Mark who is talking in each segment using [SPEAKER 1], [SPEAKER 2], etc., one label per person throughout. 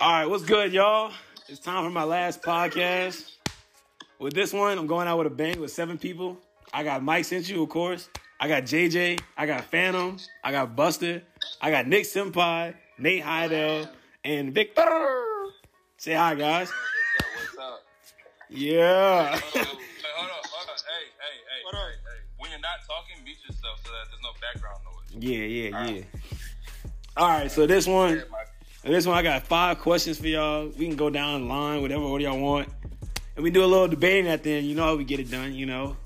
[SPEAKER 1] All right, what's good, y'all? It's time for my last podcast. With this one, I'm going out with a bang with seven people. I got Mike Sensu, of course. I got JJ. I got Phantom. I got Buster. I got Nick Senpai, Nate Heidel, and Victor. Say hi, guys.
[SPEAKER 2] What's up?
[SPEAKER 1] Yeah.
[SPEAKER 2] What's up? Hold on, hold on, hold on. Hey, hey, hey. What hey, hey. When you're not talking, mute yourself so that there's no background noise.
[SPEAKER 1] Yeah, yeah, yeah. All right, so this one, this one, I got five questions for y'all. We can go down the line, whatever order y'all want, and we do a little debating at the end. You know how we get it done. You know,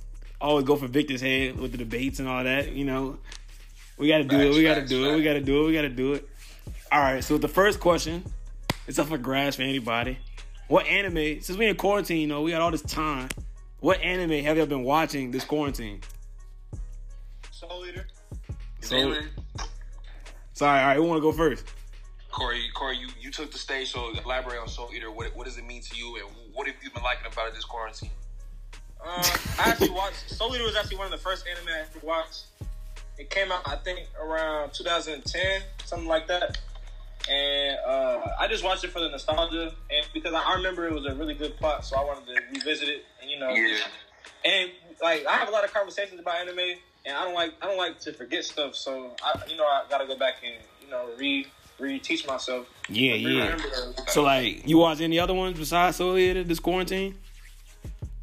[SPEAKER 1] always go for Victor's head with the debates and all that. You know, we got to do it. We got to do it. We got to do it. We got to do it. All right, so the first question, it's up for grabs for anybody. What anime? Since we in quarantine, you know, we got all this time. What anime have y'all been watching this quarantine?
[SPEAKER 3] Soul Eater.
[SPEAKER 1] So- Sorry, all right, we want to go first.
[SPEAKER 2] Corey, Corey, you, you took the stage, so elaborate on Soul Eater. What, what does it mean to you, and what have you been liking about it this quarantine?
[SPEAKER 3] Um, I actually watched Soul Eater was actually one of the first anime I ever watched. It came out, I think, around 2010, something like that. And uh, I just watched it for the nostalgia, and because I, I remember it was a really good plot, so I wanted to revisit it. And you know, and like I have a lot of conversations about anime, and I don't like I don't like to forget stuff. So I, you know, I gotta go back and you know re re teach myself.
[SPEAKER 1] Yeah, yeah.
[SPEAKER 3] Remember,
[SPEAKER 1] So like, you watch any other ones besides Soul Eater this quarantine?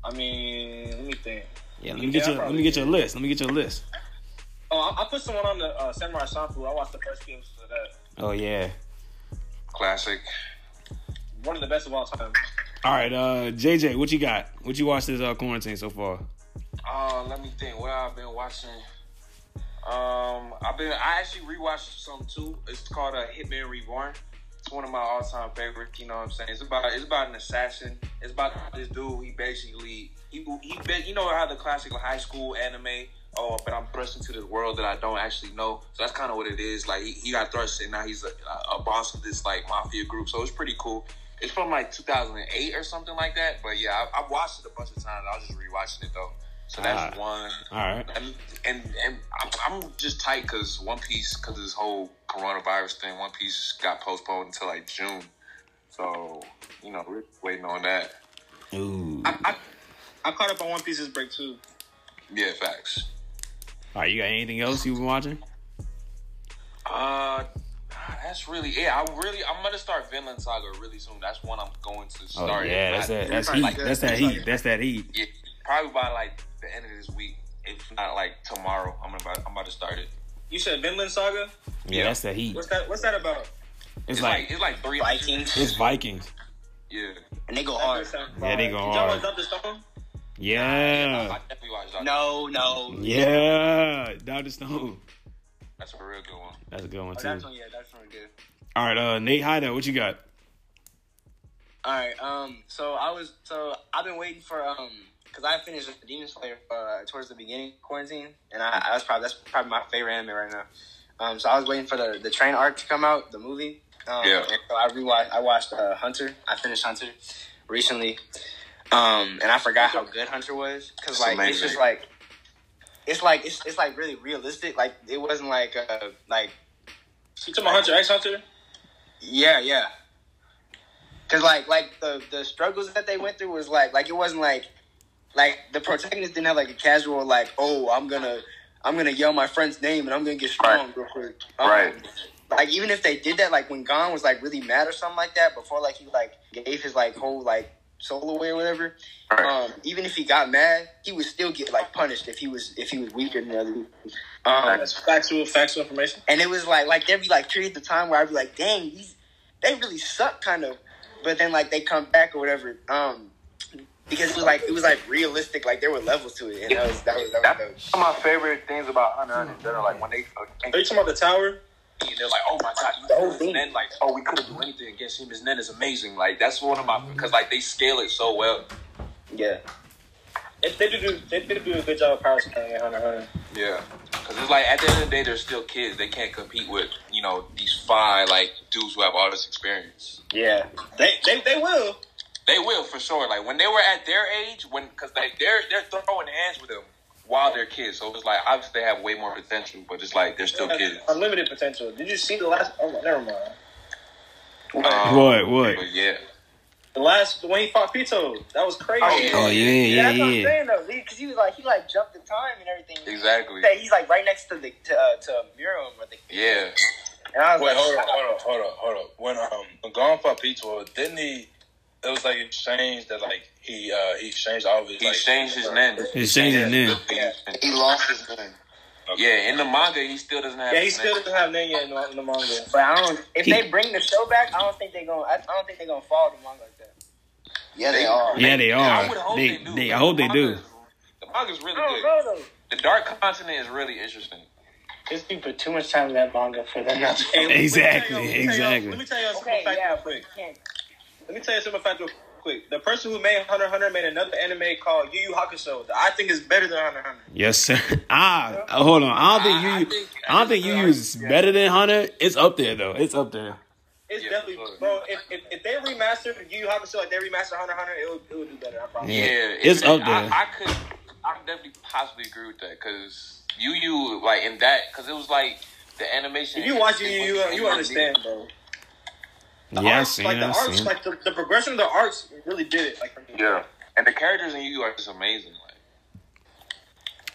[SPEAKER 3] I mean, let me think.
[SPEAKER 1] Yeah, let me get your let me get your list. Let me get your list.
[SPEAKER 3] Oh, I, I put someone on the uh, Samurai Champloo. I watched the first few episodes of that.
[SPEAKER 1] Oh yeah.
[SPEAKER 2] Classic.
[SPEAKER 3] One of the best of all time.
[SPEAKER 1] All right, uh, JJ, what you got? What you watched this uh, quarantine so far?
[SPEAKER 2] Uh, let me think. What I've been watching. Um, I've been. I actually rewatched some too. It's called uh, Hitman Reborn. It's one of my all-time favorites. You know what I'm saying? It's about. It's about an assassin. It's about this dude. He basically. He. He. ba- You know how the classic high school anime. Oh, but I'm thrust into this world that I don't actually know. So that's kind of what it is. Like he, he got thrust, and now he's a, a boss of this like mafia group. So it's pretty cool. It's from like 2008 or something like that. But yeah, I, I've watched it a bunch of times. I was just rewatching it though. So that's
[SPEAKER 1] Ah.
[SPEAKER 2] one.
[SPEAKER 1] All right.
[SPEAKER 2] And and, and I'm, I'm just tight because One Piece, because this whole coronavirus thing, One Piece got postponed until like June. So you know, we're waiting on that.
[SPEAKER 1] Ooh. All
[SPEAKER 3] I, I caught up on One Piece's break too.
[SPEAKER 2] Yeah, facts.
[SPEAKER 1] right, you got anything else you've been watching?
[SPEAKER 2] Uh, that's really yeah. I really I'm gonna start Vinland Saga really soon. That's one I'm going to
[SPEAKER 1] Oh
[SPEAKER 2] start.
[SPEAKER 1] yeah, that's
[SPEAKER 2] Not-
[SPEAKER 1] that. That's heat. That's that heat. That's that heat.
[SPEAKER 2] yeah, probably by like the end of this week, if not like tomorrow. I'm about I'm about to start it.
[SPEAKER 3] You said Vinland Saga.
[SPEAKER 1] Yeah, that's that heat.
[SPEAKER 3] What's that? What's that about?
[SPEAKER 1] It's
[SPEAKER 2] It's like
[SPEAKER 1] like
[SPEAKER 2] it's like three
[SPEAKER 4] Vikings.
[SPEAKER 1] it's Vikings.
[SPEAKER 2] Yeah,
[SPEAKER 4] And they go
[SPEAKER 3] That
[SPEAKER 4] hard.
[SPEAKER 3] does sound
[SPEAKER 1] Yeah, they
[SPEAKER 3] violent.
[SPEAKER 1] go
[SPEAKER 3] Did y'all
[SPEAKER 1] hard.
[SPEAKER 3] watch Dr. Stone?
[SPEAKER 2] I
[SPEAKER 1] Yeah,
[SPEAKER 2] definitely watched that.
[SPEAKER 4] No, no.
[SPEAKER 1] yeah. Doctor Stone.
[SPEAKER 2] That's a real good one.
[SPEAKER 1] That's a good one
[SPEAKER 3] Oh,
[SPEAKER 1] too.
[SPEAKER 3] that's one. Yeah, that's one good.
[SPEAKER 1] All right, uh, Nate Hideout, what you got?
[SPEAKER 4] All right. Um. So I was. So I've been waiting for. Um. Cause I finished Demon Slayer uh, towards the beginning of quarantine, and I, I was probably that's probably my favorite anime right now. Um. So I was waiting for the the train arc to come out, the movie. Um,
[SPEAKER 2] Yeah.
[SPEAKER 4] and so I rewatched. I watched uh, Hunter. I finished Hunter recently. Um. And I forgot how good Hunter was. Cause
[SPEAKER 2] It's
[SPEAKER 4] like it's
[SPEAKER 2] amazing.
[SPEAKER 4] just like. It's like it's, it's like really realistic. Like it wasn't like uh like
[SPEAKER 3] You talking about Hunter X Hunter?
[SPEAKER 4] Yeah, yeah. Cause like like the the struggles that they went through was like like it wasn't like like the protagonist didn't have like a casual like oh I'm gonna I'm gonna yell my friend's name and I'm gonna get strong real quick Um,
[SPEAKER 2] Right.
[SPEAKER 4] like even if they did that like when Gon was like really mad or something like that before like he like gave his like whole like soul away or whatever
[SPEAKER 2] Right.
[SPEAKER 4] um even if he got mad he would still get like punished if he was if he was weaker than the other people. um
[SPEAKER 3] That's factual, factual information.
[SPEAKER 4] and it was like like there'd be like periods of time where I'd be like, dang, these they really suck kind of but then like they come back or whatever. Um because it was like it was like realistic, like there were levels to it and that was that was that was dope.
[SPEAKER 2] That's one of my favorite things about Hunter and Hunter. Like when they, uh,
[SPEAKER 3] Are you talking about the Tower?
[SPEAKER 2] they're like, "Oh my god,
[SPEAKER 4] The whole
[SPEAKER 2] you
[SPEAKER 4] thing.
[SPEAKER 2] Nen, like, oh, we couldn't do anything against him. His Nen is amazing. Like that's one of my because like they scale it so well.
[SPEAKER 4] Yeah.
[SPEAKER 3] They, they do do they did do a good job of power scaling in Hunter x Hunter.
[SPEAKER 2] Yeah, because it's like at the end of the day, they're still kids. They can't compete with you know these five like dudes who have all this experience.
[SPEAKER 4] Yeah.
[SPEAKER 3] They they, they will.
[SPEAKER 2] They will for sure. Like when they were at their age, when because like they're they're throwing hands with them while they're kids. So it's like obviously they have way more potential, but it's like they're still
[SPEAKER 3] Has
[SPEAKER 2] kids.
[SPEAKER 3] Unlimited potential. Did you see the last? Oh, never mind.
[SPEAKER 2] Um,
[SPEAKER 1] What? What?
[SPEAKER 2] But yeah.
[SPEAKER 3] The last the when he fought Pito, that was crazy.
[SPEAKER 4] Oh, yeah.
[SPEAKER 1] Oh yeah, yeah,
[SPEAKER 4] that's what I'm
[SPEAKER 1] yeah.
[SPEAKER 4] saying though, because he was like he like jumped in time and everything.
[SPEAKER 2] Exactly.
[SPEAKER 4] That he's like right next to the to, uh, to Miriam, I think.
[SPEAKER 2] Yeah.
[SPEAKER 4] And I was
[SPEAKER 5] Wait,
[SPEAKER 4] like,
[SPEAKER 5] hold on, hold on, hold on, hold on. When um when Gone fought P12, didn't he? It was like exchange that like he uh he exchanged all of his.
[SPEAKER 2] He
[SPEAKER 5] like,
[SPEAKER 2] changed his name.
[SPEAKER 1] It's changing then.
[SPEAKER 2] He lost his name. Yeah, in the manga, he still doesn't have.
[SPEAKER 3] Yeah, he
[SPEAKER 2] his
[SPEAKER 3] still
[SPEAKER 2] name.
[SPEAKER 3] doesn't have name yet in the, in the manga.
[SPEAKER 4] But I don't. If
[SPEAKER 1] He-
[SPEAKER 4] they bring the show back, I don't think they're gonna. I, I don't think they're gonna follow the manga like that.
[SPEAKER 2] Yeah,
[SPEAKER 4] they are.
[SPEAKER 1] Yeah, they
[SPEAKER 2] I would
[SPEAKER 1] are.
[SPEAKER 2] hope
[SPEAKER 1] They,
[SPEAKER 2] do.
[SPEAKER 1] they. I hope they
[SPEAKER 2] The
[SPEAKER 1] do.
[SPEAKER 2] manga's- The manga's really
[SPEAKER 4] I don't
[SPEAKER 2] good.
[SPEAKER 4] know though.
[SPEAKER 2] The Dark Continent is really interesting.
[SPEAKER 4] Just people too much time in that manga for them not
[SPEAKER 3] Hey, let me tell
[SPEAKER 1] Exactly,
[SPEAKER 3] y'all- let me tell y'all-
[SPEAKER 1] exactly.
[SPEAKER 3] Let me tell you something
[SPEAKER 4] Okay,
[SPEAKER 3] fact
[SPEAKER 4] yeah.
[SPEAKER 3] real quick.
[SPEAKER 4] Can't-
[SPEAKER 3] Let me tell you something fact real quick. The person who made Hunter x Hunter made another anime called Yu Yu Hakusho that I think is better than Hunter x Hunter.
[SPEAKER 1] Yes, sir. Ah, hold on. I don't
[SPEAKER 2] I- I
[SPEAKER 1] think you.
[SPEAKER 2] think-
[SPEAKER 1] I don't think you use better than Hunter. It's up there though. It's up there.
[SPEAKER 3] It's
[SPEAKER 2] Yeah,
[SPEAKER 3] definitely
[SPEAKER 2] for sure.
[SPEAKER 3] bro. If, if, if they remastered Yu Yu Hakusho like they remastered Hunter x Hunter, it would, it would do better. I promise.
[SPEAKER 1] Yeah,
[SPEAKER 2] Yeah,
[SPEAKER 1] it's
[SPEAKER 2] if it-
[SPEAKER 1] up there.
[SPEAKER 2] I, I could, I could definitely possibly agree with that because you, you like in that because it was like the animation.
[SPEAKER 3] If you watch Yu Yu, you,
[SPEAKER 2] it
[SPEAKER 3] you
[SPEAKER 2] was-
[SPEAKER 3] understand, bro. The
[SPEAKER 1] Yeah, I
[SPEAKER 3] arcs,
[SPEAKER 1] seen.
[SPEAKER 3] like the
[SPEAKER 1] I
[SPEAKER 3] arcs,
[SPEAKER 1] seen.
[SPEAKER 3] like the, the progression of the arcs really did it. Like for me.
[SPEAKER 2] Yeah, and the characters in Yu Yu are just amazing. Like,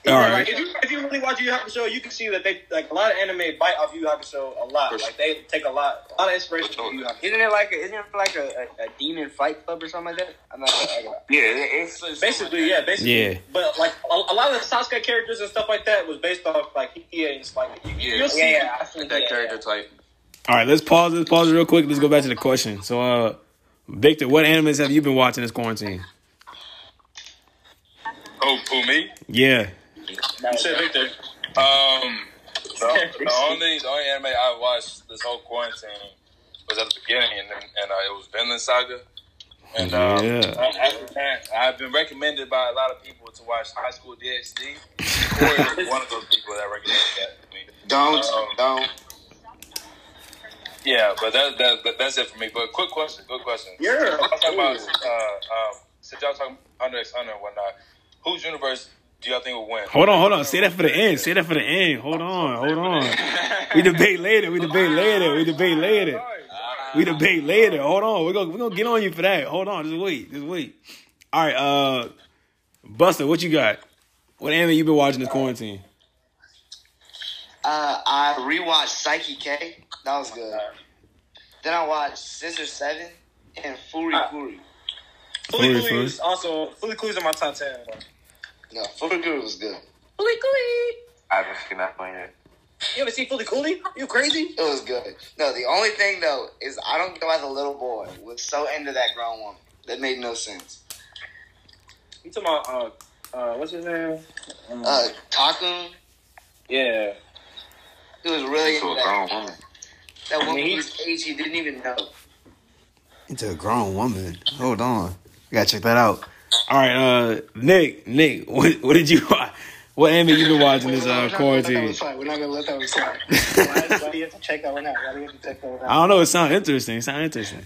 [SPEAKER 1] All
[SPEAKER 3] Yeah, like,
[SPEAKER 1] right.
[SPEAKER 3] if, you, if you really watch Yu Yu Hakusho, you can see that they like a lot of anime bite off Yu Yu Hakusho a lot.
[SPEAKER 2] For sure.
[SPEAKER 3] Like they take a lot, a lot of inspiration from Yu Yu Hakusho.
[SPEAKER 4] Isn't it like a, isn't it like a, a, a demon fight club or something like that? I'm not. I got-
[SPEAKER 2] yeah, it's, it's
[SPEAKER 3] Basically, yeah, basically.
[SPEAKER 1] Yeah.
[SPEAKER 3] But like a, a lot of the Sasuke characters and stuff like that was based off like Hikia and it's like you,
[SPEAKER 2] Yeah.
[SPEAKER 3] you'll see.
[SPEAKER 4] yeah, yeah, I think
[SPEAKER 2] that
[SPEAKER 4] yeah,
[SPEAKER 2] character type.
[SPEAKER 1] All right. Let's pause. Let's pause real quick. Let's go back to the question. So, uh, Victor, what animes have you been watching this quarantine?
[SPEAKER 5] Oh, who me?
[SPEAKER 1] Yeah.
[SPEAKER 4] yeah.
[SPEAKER 3] You said Victor.
[SPEAKER 5] Um, the, the only the only anime I watched this whole quarantine was at the beginning, and then, and uh, it was Vinland Saga. And um,
[SPEAKER 1] Yeah.
[SPEAKER 5] I, after that, I've been recommended by a lot of people to watch High School DxD. Corey was one of those people that recommended that to me.
[SPEAKER 2] Don't,
[SPEAKER 5] Um,
[SPEAKER 2] don't.
[SPEAKER 5] Yeah, but that, that, that that's it for me. But quick question, quick question.
[SPEAKER 3] Yeah.
[SPEAKER 5] I'm talking about uh, um, since y'all talking under X Hunter and whatnot. Whose universe do y'all think will win?
[SPEAKER 1] Hold on. Hold on. Say that for the end. Say that for the end. Hold on. Hold on. We debate later. We debate later. We debate later. We debate later. Hold on. We're gonna we're gonna get on you for that. Hold on. Just wait. Just wait. All right. Uh, Buster, what you got? What anime you been watching this quarantine?
[SPEAKER 4] Uh, I rewatched Psyche K. That was good. Then I watched Scissor Seven and Furi
[SPEAKER 3] Uh,
[SPEAKER 4] Guri.
[SPEAKER 3] Fully
[SPEAKER 1] Fully,
[SPEAKER 3] Clues also Fully Clues in my top ten. Bro.
[SPEAKER 4] No, Furi Guri was good.
[SPEAKER 2] I haven't seen that one yet.
[SPEAKER 3] You ever see Fully Cooley? You crazy?
[SPEAKER 4] It was good. No, the only thing though is I don't get why the little boy was so into that grown woman. That made no sense.
[SPEAKER 3] You talking about uh, uh, what's his name?
[SPEAKER 4] Uh, Takun,
[SPEAKER 3] Yeah.
[SPEAKER 4] he was really
[SPEAKER 2] To
[SPEAKER 4] into
[SPEAKER 2] a
[SPEAKER 4] that,
[SPEAKER 2] grown woman.
[SPEAKER 4] that woman
[SPEAKER 3] he-
[SPEAKER 4] whose age he didn't even know.
[SPEAKER 1] Into a grown woman. Hold on. gotta check that out. All right, uh, Nick, Nick, what, what did you watch? What anime you been watching this uh, quarantine?
[SPEAKER 4] We're not gonna let that one slide.
[SPEAKER 1] I
[SPEAKER 4] do you have to check that one out? Why do you have to check that one
[SPEAKER 1] don't know. It sounds interesting. It sounds interesting.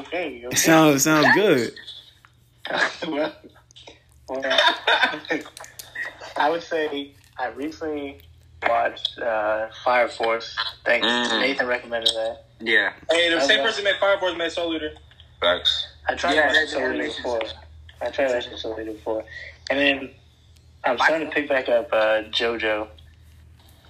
[SPEAKER 4] okay.
[SPEAKER 1] It sounds it sounds good.
[SPEAKER 4] well, well, I would say I recently watched uh, Fire Force. Thanks,
[SPEAKER 2] Mm.
[SPEAKER 4] Nathan recommended that.
[SPEAKER 2] Yeah,
[SPEAKER 3] Hey, the
[SPEAKER 4] I
[SPEAKER 3] same
[SPEAKER 4] love-
[SPEAKER 3] person made Fireballs made Soul Looter.
[SPEAKER 2] facts.
[SPEAKER 4] I tried
[SPEAKER 2] Yeah,
[SPEAKER 4] yeah, watching
[SPEAKER 2] that's
[SPEAKER 4] Soul Eater
[SPEAKER 2] animation.
[SPEAKER 4] before. I tried watching Soul Eater before, and then I'm starting to pick back up uh, JoJo.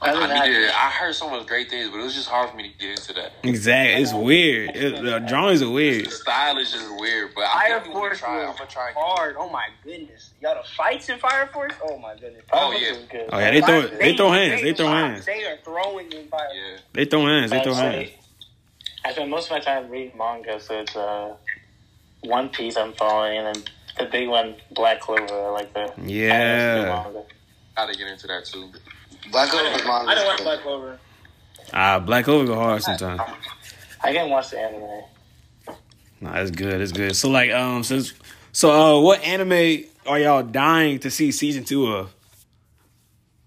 [SPEAKER 2] I,
[SPEAKER 4] Other than that,
[SPEAKER 2] did- I heard so much great things, but it was just hard for me to get into that.
[SPEAKER 1] Exactly. It's weird. It, the drawings are weird.
[SPEAKER 2] The style is just weird, but I
[SPEAKER 4] Fire
[SPEAKER 2] definitely want
[SPEAKER 4] Force
[SPEAKER 2] to try. it. I'm
[SPEAKER 4] was
[SPEAKER 2] gonna try. and-
[SPEAKER 4] hard. Oh my goodness, y'all the fights in Fire Force. Oh my goodness.
[SPEAKER 2] Oh,
[SPEAKER 4] Fire Force
[SPEAKER 2] yeah.
[SPEAKER 4] was good.
[SPEAKER 1] Oh, yeah, they throw-
[SPEAKER 4] Fire-
[SPEAKER 1] they throw hands. They throw hands.
[SPEAKER 4] They are throwing in Fire.
[SPEAKER 2] Yeah,
[SPEAKER 1] They throw hands. They
[SPEAKER 6] I'd
[SPEAKER 1] throw hands.
[SPEAKER 6] say- I spend most of my time reading manga, so it's uh, One Piece I'm following, and then the big one, Black Clover. I like the
[SPEAKER 1] Yeah.
[SPEAKER 6] manga.
[SPEAKER 2] gotta get into that too.
[SPEAKER 4] Black
[SPEAKER 3] I didn't, I didn't like Black Clover.
[SPEAKER 1] Ah, Black Clover go hard sometimes.
[SPEAKER 6] I didn't watch the anime.
[SPEAKER 1] Nah, that's good. That's good. So like, um, since so, uh, what anime are y'all dying to see season two of?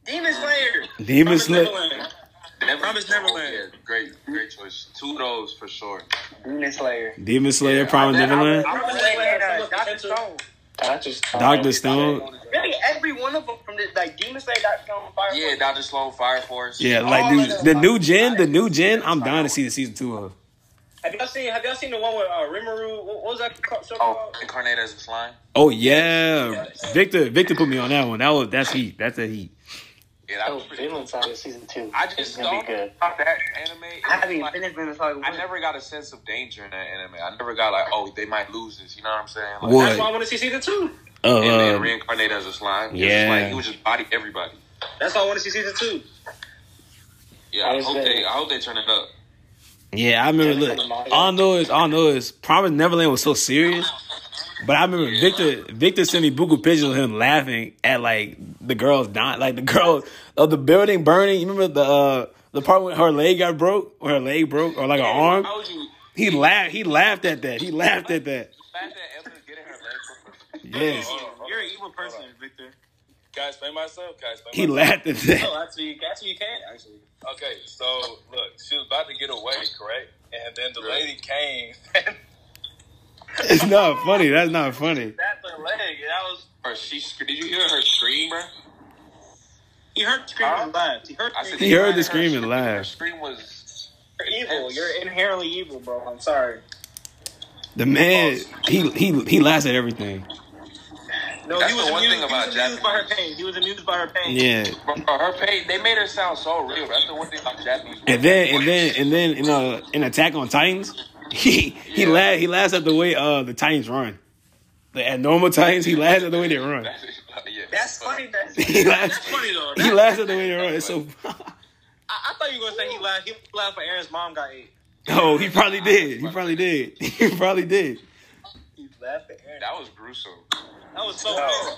[SPEAKER 3] Demon Slayer.
[SPEAKER 1] Demon
[SPEAKER 3] Promise
[SPEAKER 1] Slayer.
[SPEAKER 3] Neverland.
[SPEAKER 2] Never, Oh,
[SPEAKER 3] Promise Neverland.
[SPEAKER 2] Yeah, great, great choice. Two of those for sure.
[SPEAKER 4] Demon Slayer.
[SPEAKER 1] Demon Slayer,
[SPEAKER 2] Yeah,
[SPEAKER 1] Promise
[SPEAKER 2] I- I-
[SPEAKER 1] Neverland,
[SPEAKER 2] I-
[SPEAKER 3] Promise
[SPEAKER 4] Yeah,
[SPEAKER 3] Neverland has so
[SPEAKER 4] and, uh,
[SPEAKER 3] much
[SPEAKER 4] Dr.
[SPEAKER 3] potential.
[SPEAKER 4] Stone.
[SPEAKER 6] Doctor Stone.
[SPEAKER 1] Doctor Stone.
[SPEAKER 4] Really, every one of them from the like Demon Slayer, Dr. Stone, Fire.
[SPEAKER 2] Yeah, Dr. Sloan, Fire Force.
[SPEAKER 1] Yeah, like
[SPEAKER 4] All of
[SPEAKER 1] dude,
[SPEAKER 4] them.
[SPEAKER 1] the new gen, the new gen. I'm dying to see the season two of.
[SPEAKER 3] Have y'all seen? Have y'all seen the one with uh, Rimuru? What, what was that ca- show
[SPEAKER 2] Oh,
[SPEAKER 3] called?
[SPEAKER 2] incarnate as a slime.
[SPEAKER 1] Oh yeah, Victor. Victor put me on that one. That was that's heat. That's a heat.
[SPEAKER 2] Yeah, that
[SPEAKER 6] Oh,
[SPEAKER 2] was pretty.
[SPEAKER 6] Vinland Saga season two.
[SPEAKER 2] I just
[SPEAKER 6] it's gonna
[SPEAKER 2] don't
[SPEAKER 6] be good.
[SPEAKER 2] about that anime. it
[SPEAKER 4] I
[SPEAKER 2] was
[SPEAKER 4] haven't even
[SPEAKER 2] like-
[SPEAKER 4] finished Vinland Saga.
[SPEAKER 2] I never got a sense of danger in that anime. I never got like, oh, they might lose this. You know what I'm saying? Like,
[SPEAKER 1] What?
[SPEAKER 3] That's why I want to see season two.
[SPEAKER 1] Uh,
[SPEAKER 2] And then
[SPEAKER 1] uh,
[SPEAKER 2] reincarnate as a slime. It's
[SPEAKER 1] yeah.
[SPEAKER 2] just like he was just body everybody.
[SPEAKER 3] That's why I want to see season two.
[SPEAKER 2] Yeah,
[SPEAKER 6] I
[SPEAKER 2] I
[SPEAKER 6] was
[SPEAKER 2] hope
[SPEAKER 6] gonna-
[SPEAKER 2] they. I hope they turn it up.
[SPEAKER 1] yeah, I remember. Look, all I know is all I know is Promise Neverland was so serious. But I remember Victor. Victor sent me Buku pictures of him laughing at like the girls dying, like the girls of the building burning. You remember the uh, the part when her leg got broke, or her leg broke, or like her arm.
[SPEAKER 2] How would you
[SPEAKER 1] He laughed. He laughed at that. He laughed at that.
[SPEAKER 2] laugh at Evelyn getting her leg?
[SPEAKER 1] Yes,
[SPEAKER 3] You're an evil person, Victor.
[SPEAKER 5] Can I explain myself? Can I explain
[SPEAKER 1] he
[SPEAKER 5] myself?
[SPEAKER 1] laughed at that.
[SPEAKER 3] Oh, actually, you, actually, you can actually.
[SPEAKER 5] Okay, so look, she was about to get away, correct? And then the lady came and
[SPEAKER 1] It's not funny. That's not funny.
[SPEAKER 3] That's her leg. That was.
[SPEAKER 2] Or she? sc- Did you hear her scream, bro?
[SPEAKER 3] He heard screaming
[SPEAKER 2] Huh?
[SPEAKER 3] last. He heard.
[SPEAKER 2] I said,
[SPEAKER 1] He
[SPEAKER 2] you
[SPEAKER 1] heard
[SPEAKER 2] heard
[SPEAKER 1] the
[SPEAKER 2] her
[SPEAKER 1] scream and
[SPEAKER 2] scream. Her
[SPEAKER 1] laughed.
[SPEAKER 2] scream was.
[SPEAKER 3] You're evil. You're inherently evil, bro. I'm sorry.
[SPEAKER 1] The man, he he he laughs at everything.
[SPEAKER 3] No,
[SPEAKER 2] That's
[SPEAKER 3] he was
[SPEAKER 2] the one
[SPEAKER 3] amused,
[SPEAKER 2] thing about
[SPEAKER 3] he was amused by her
[SPEAKER 2] Japanese.
[SPEAKER 3] pain. He was amused by her pain.
[SPEAKER 1] Yeah.
[SPEAKER 2] Bro, her pain. They made her sound so real. That's the one thing about Japanese.
[SPEAKER 1] And then and then and then in uh in Attack on Titans, he he laugh he laughs at the way uh the Titans run. The abnormal Titans, he laughs at the way they run.
[SPEAKER 2] That's, yeah,
[SPEAKER 3] That's funny. That's,
[SPEAKER 1] He laughs.
[SPEAKER 3] that's funny though.
[SPEAKER 1] He laughs at the way they run. It's so.
[SPEAKER 3] I, I thought you were gonna say he laughed. He laughed when Aaron's mom got ate.
[SPEAKER 1] Oh, he probably did. He probably did. He probably did.
[SPEAKER 3] He laughed at Aaron.
[SPEAKER 2] That was gruesome.
[SPEAKER 3] That was so.
[SPEAKER 5] No.
[SPEAKER 3] No.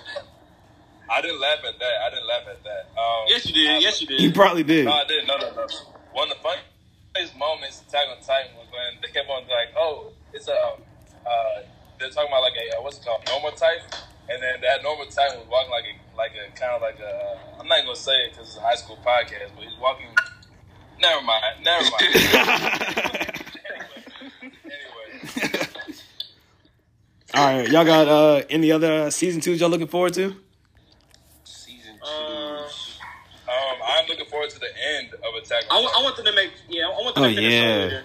[SPEAKER 5] I didn't laugh at that. I didn't laugh at that. Um,
[SPEAKER 3] Yes, you did. Yes, you
[SPEAKER 1] He
[SPEAKER 3] did.
[SPEAKER 1] probably did.
[SPEAKER 5] No, I didn't. No, no, no. One of the funniest moments in Attack on Titan was when they kept on like, oh, it's a, um, uh, they're talking about like a, uh, what's it called, normal Titan, and then that normal Titan was walking like a, like a kind of like a, uh, I'm not gonna say it because it's a high school podcast, but he's walking. Never mind. Never mind. anyway,
[SPEAKER 1] All right, y'all got uh any other season twos y'all looking forward to?
[SPEAKER 2] Season two.
[SPEAKER 3] Uh,
[SPEAKER 5] um, I'm looking forward to the end of Attack
[SPEAKER 3] I,
[SPEAKER 5] on
[SPEAKER 3] wa- I want them to make. Yeah, I want them
[SPEAKER 1] Oh,
[SPEAKER 3] to finish
[SPEAKER 1] yeah.
[SPEAKER 3] earlier.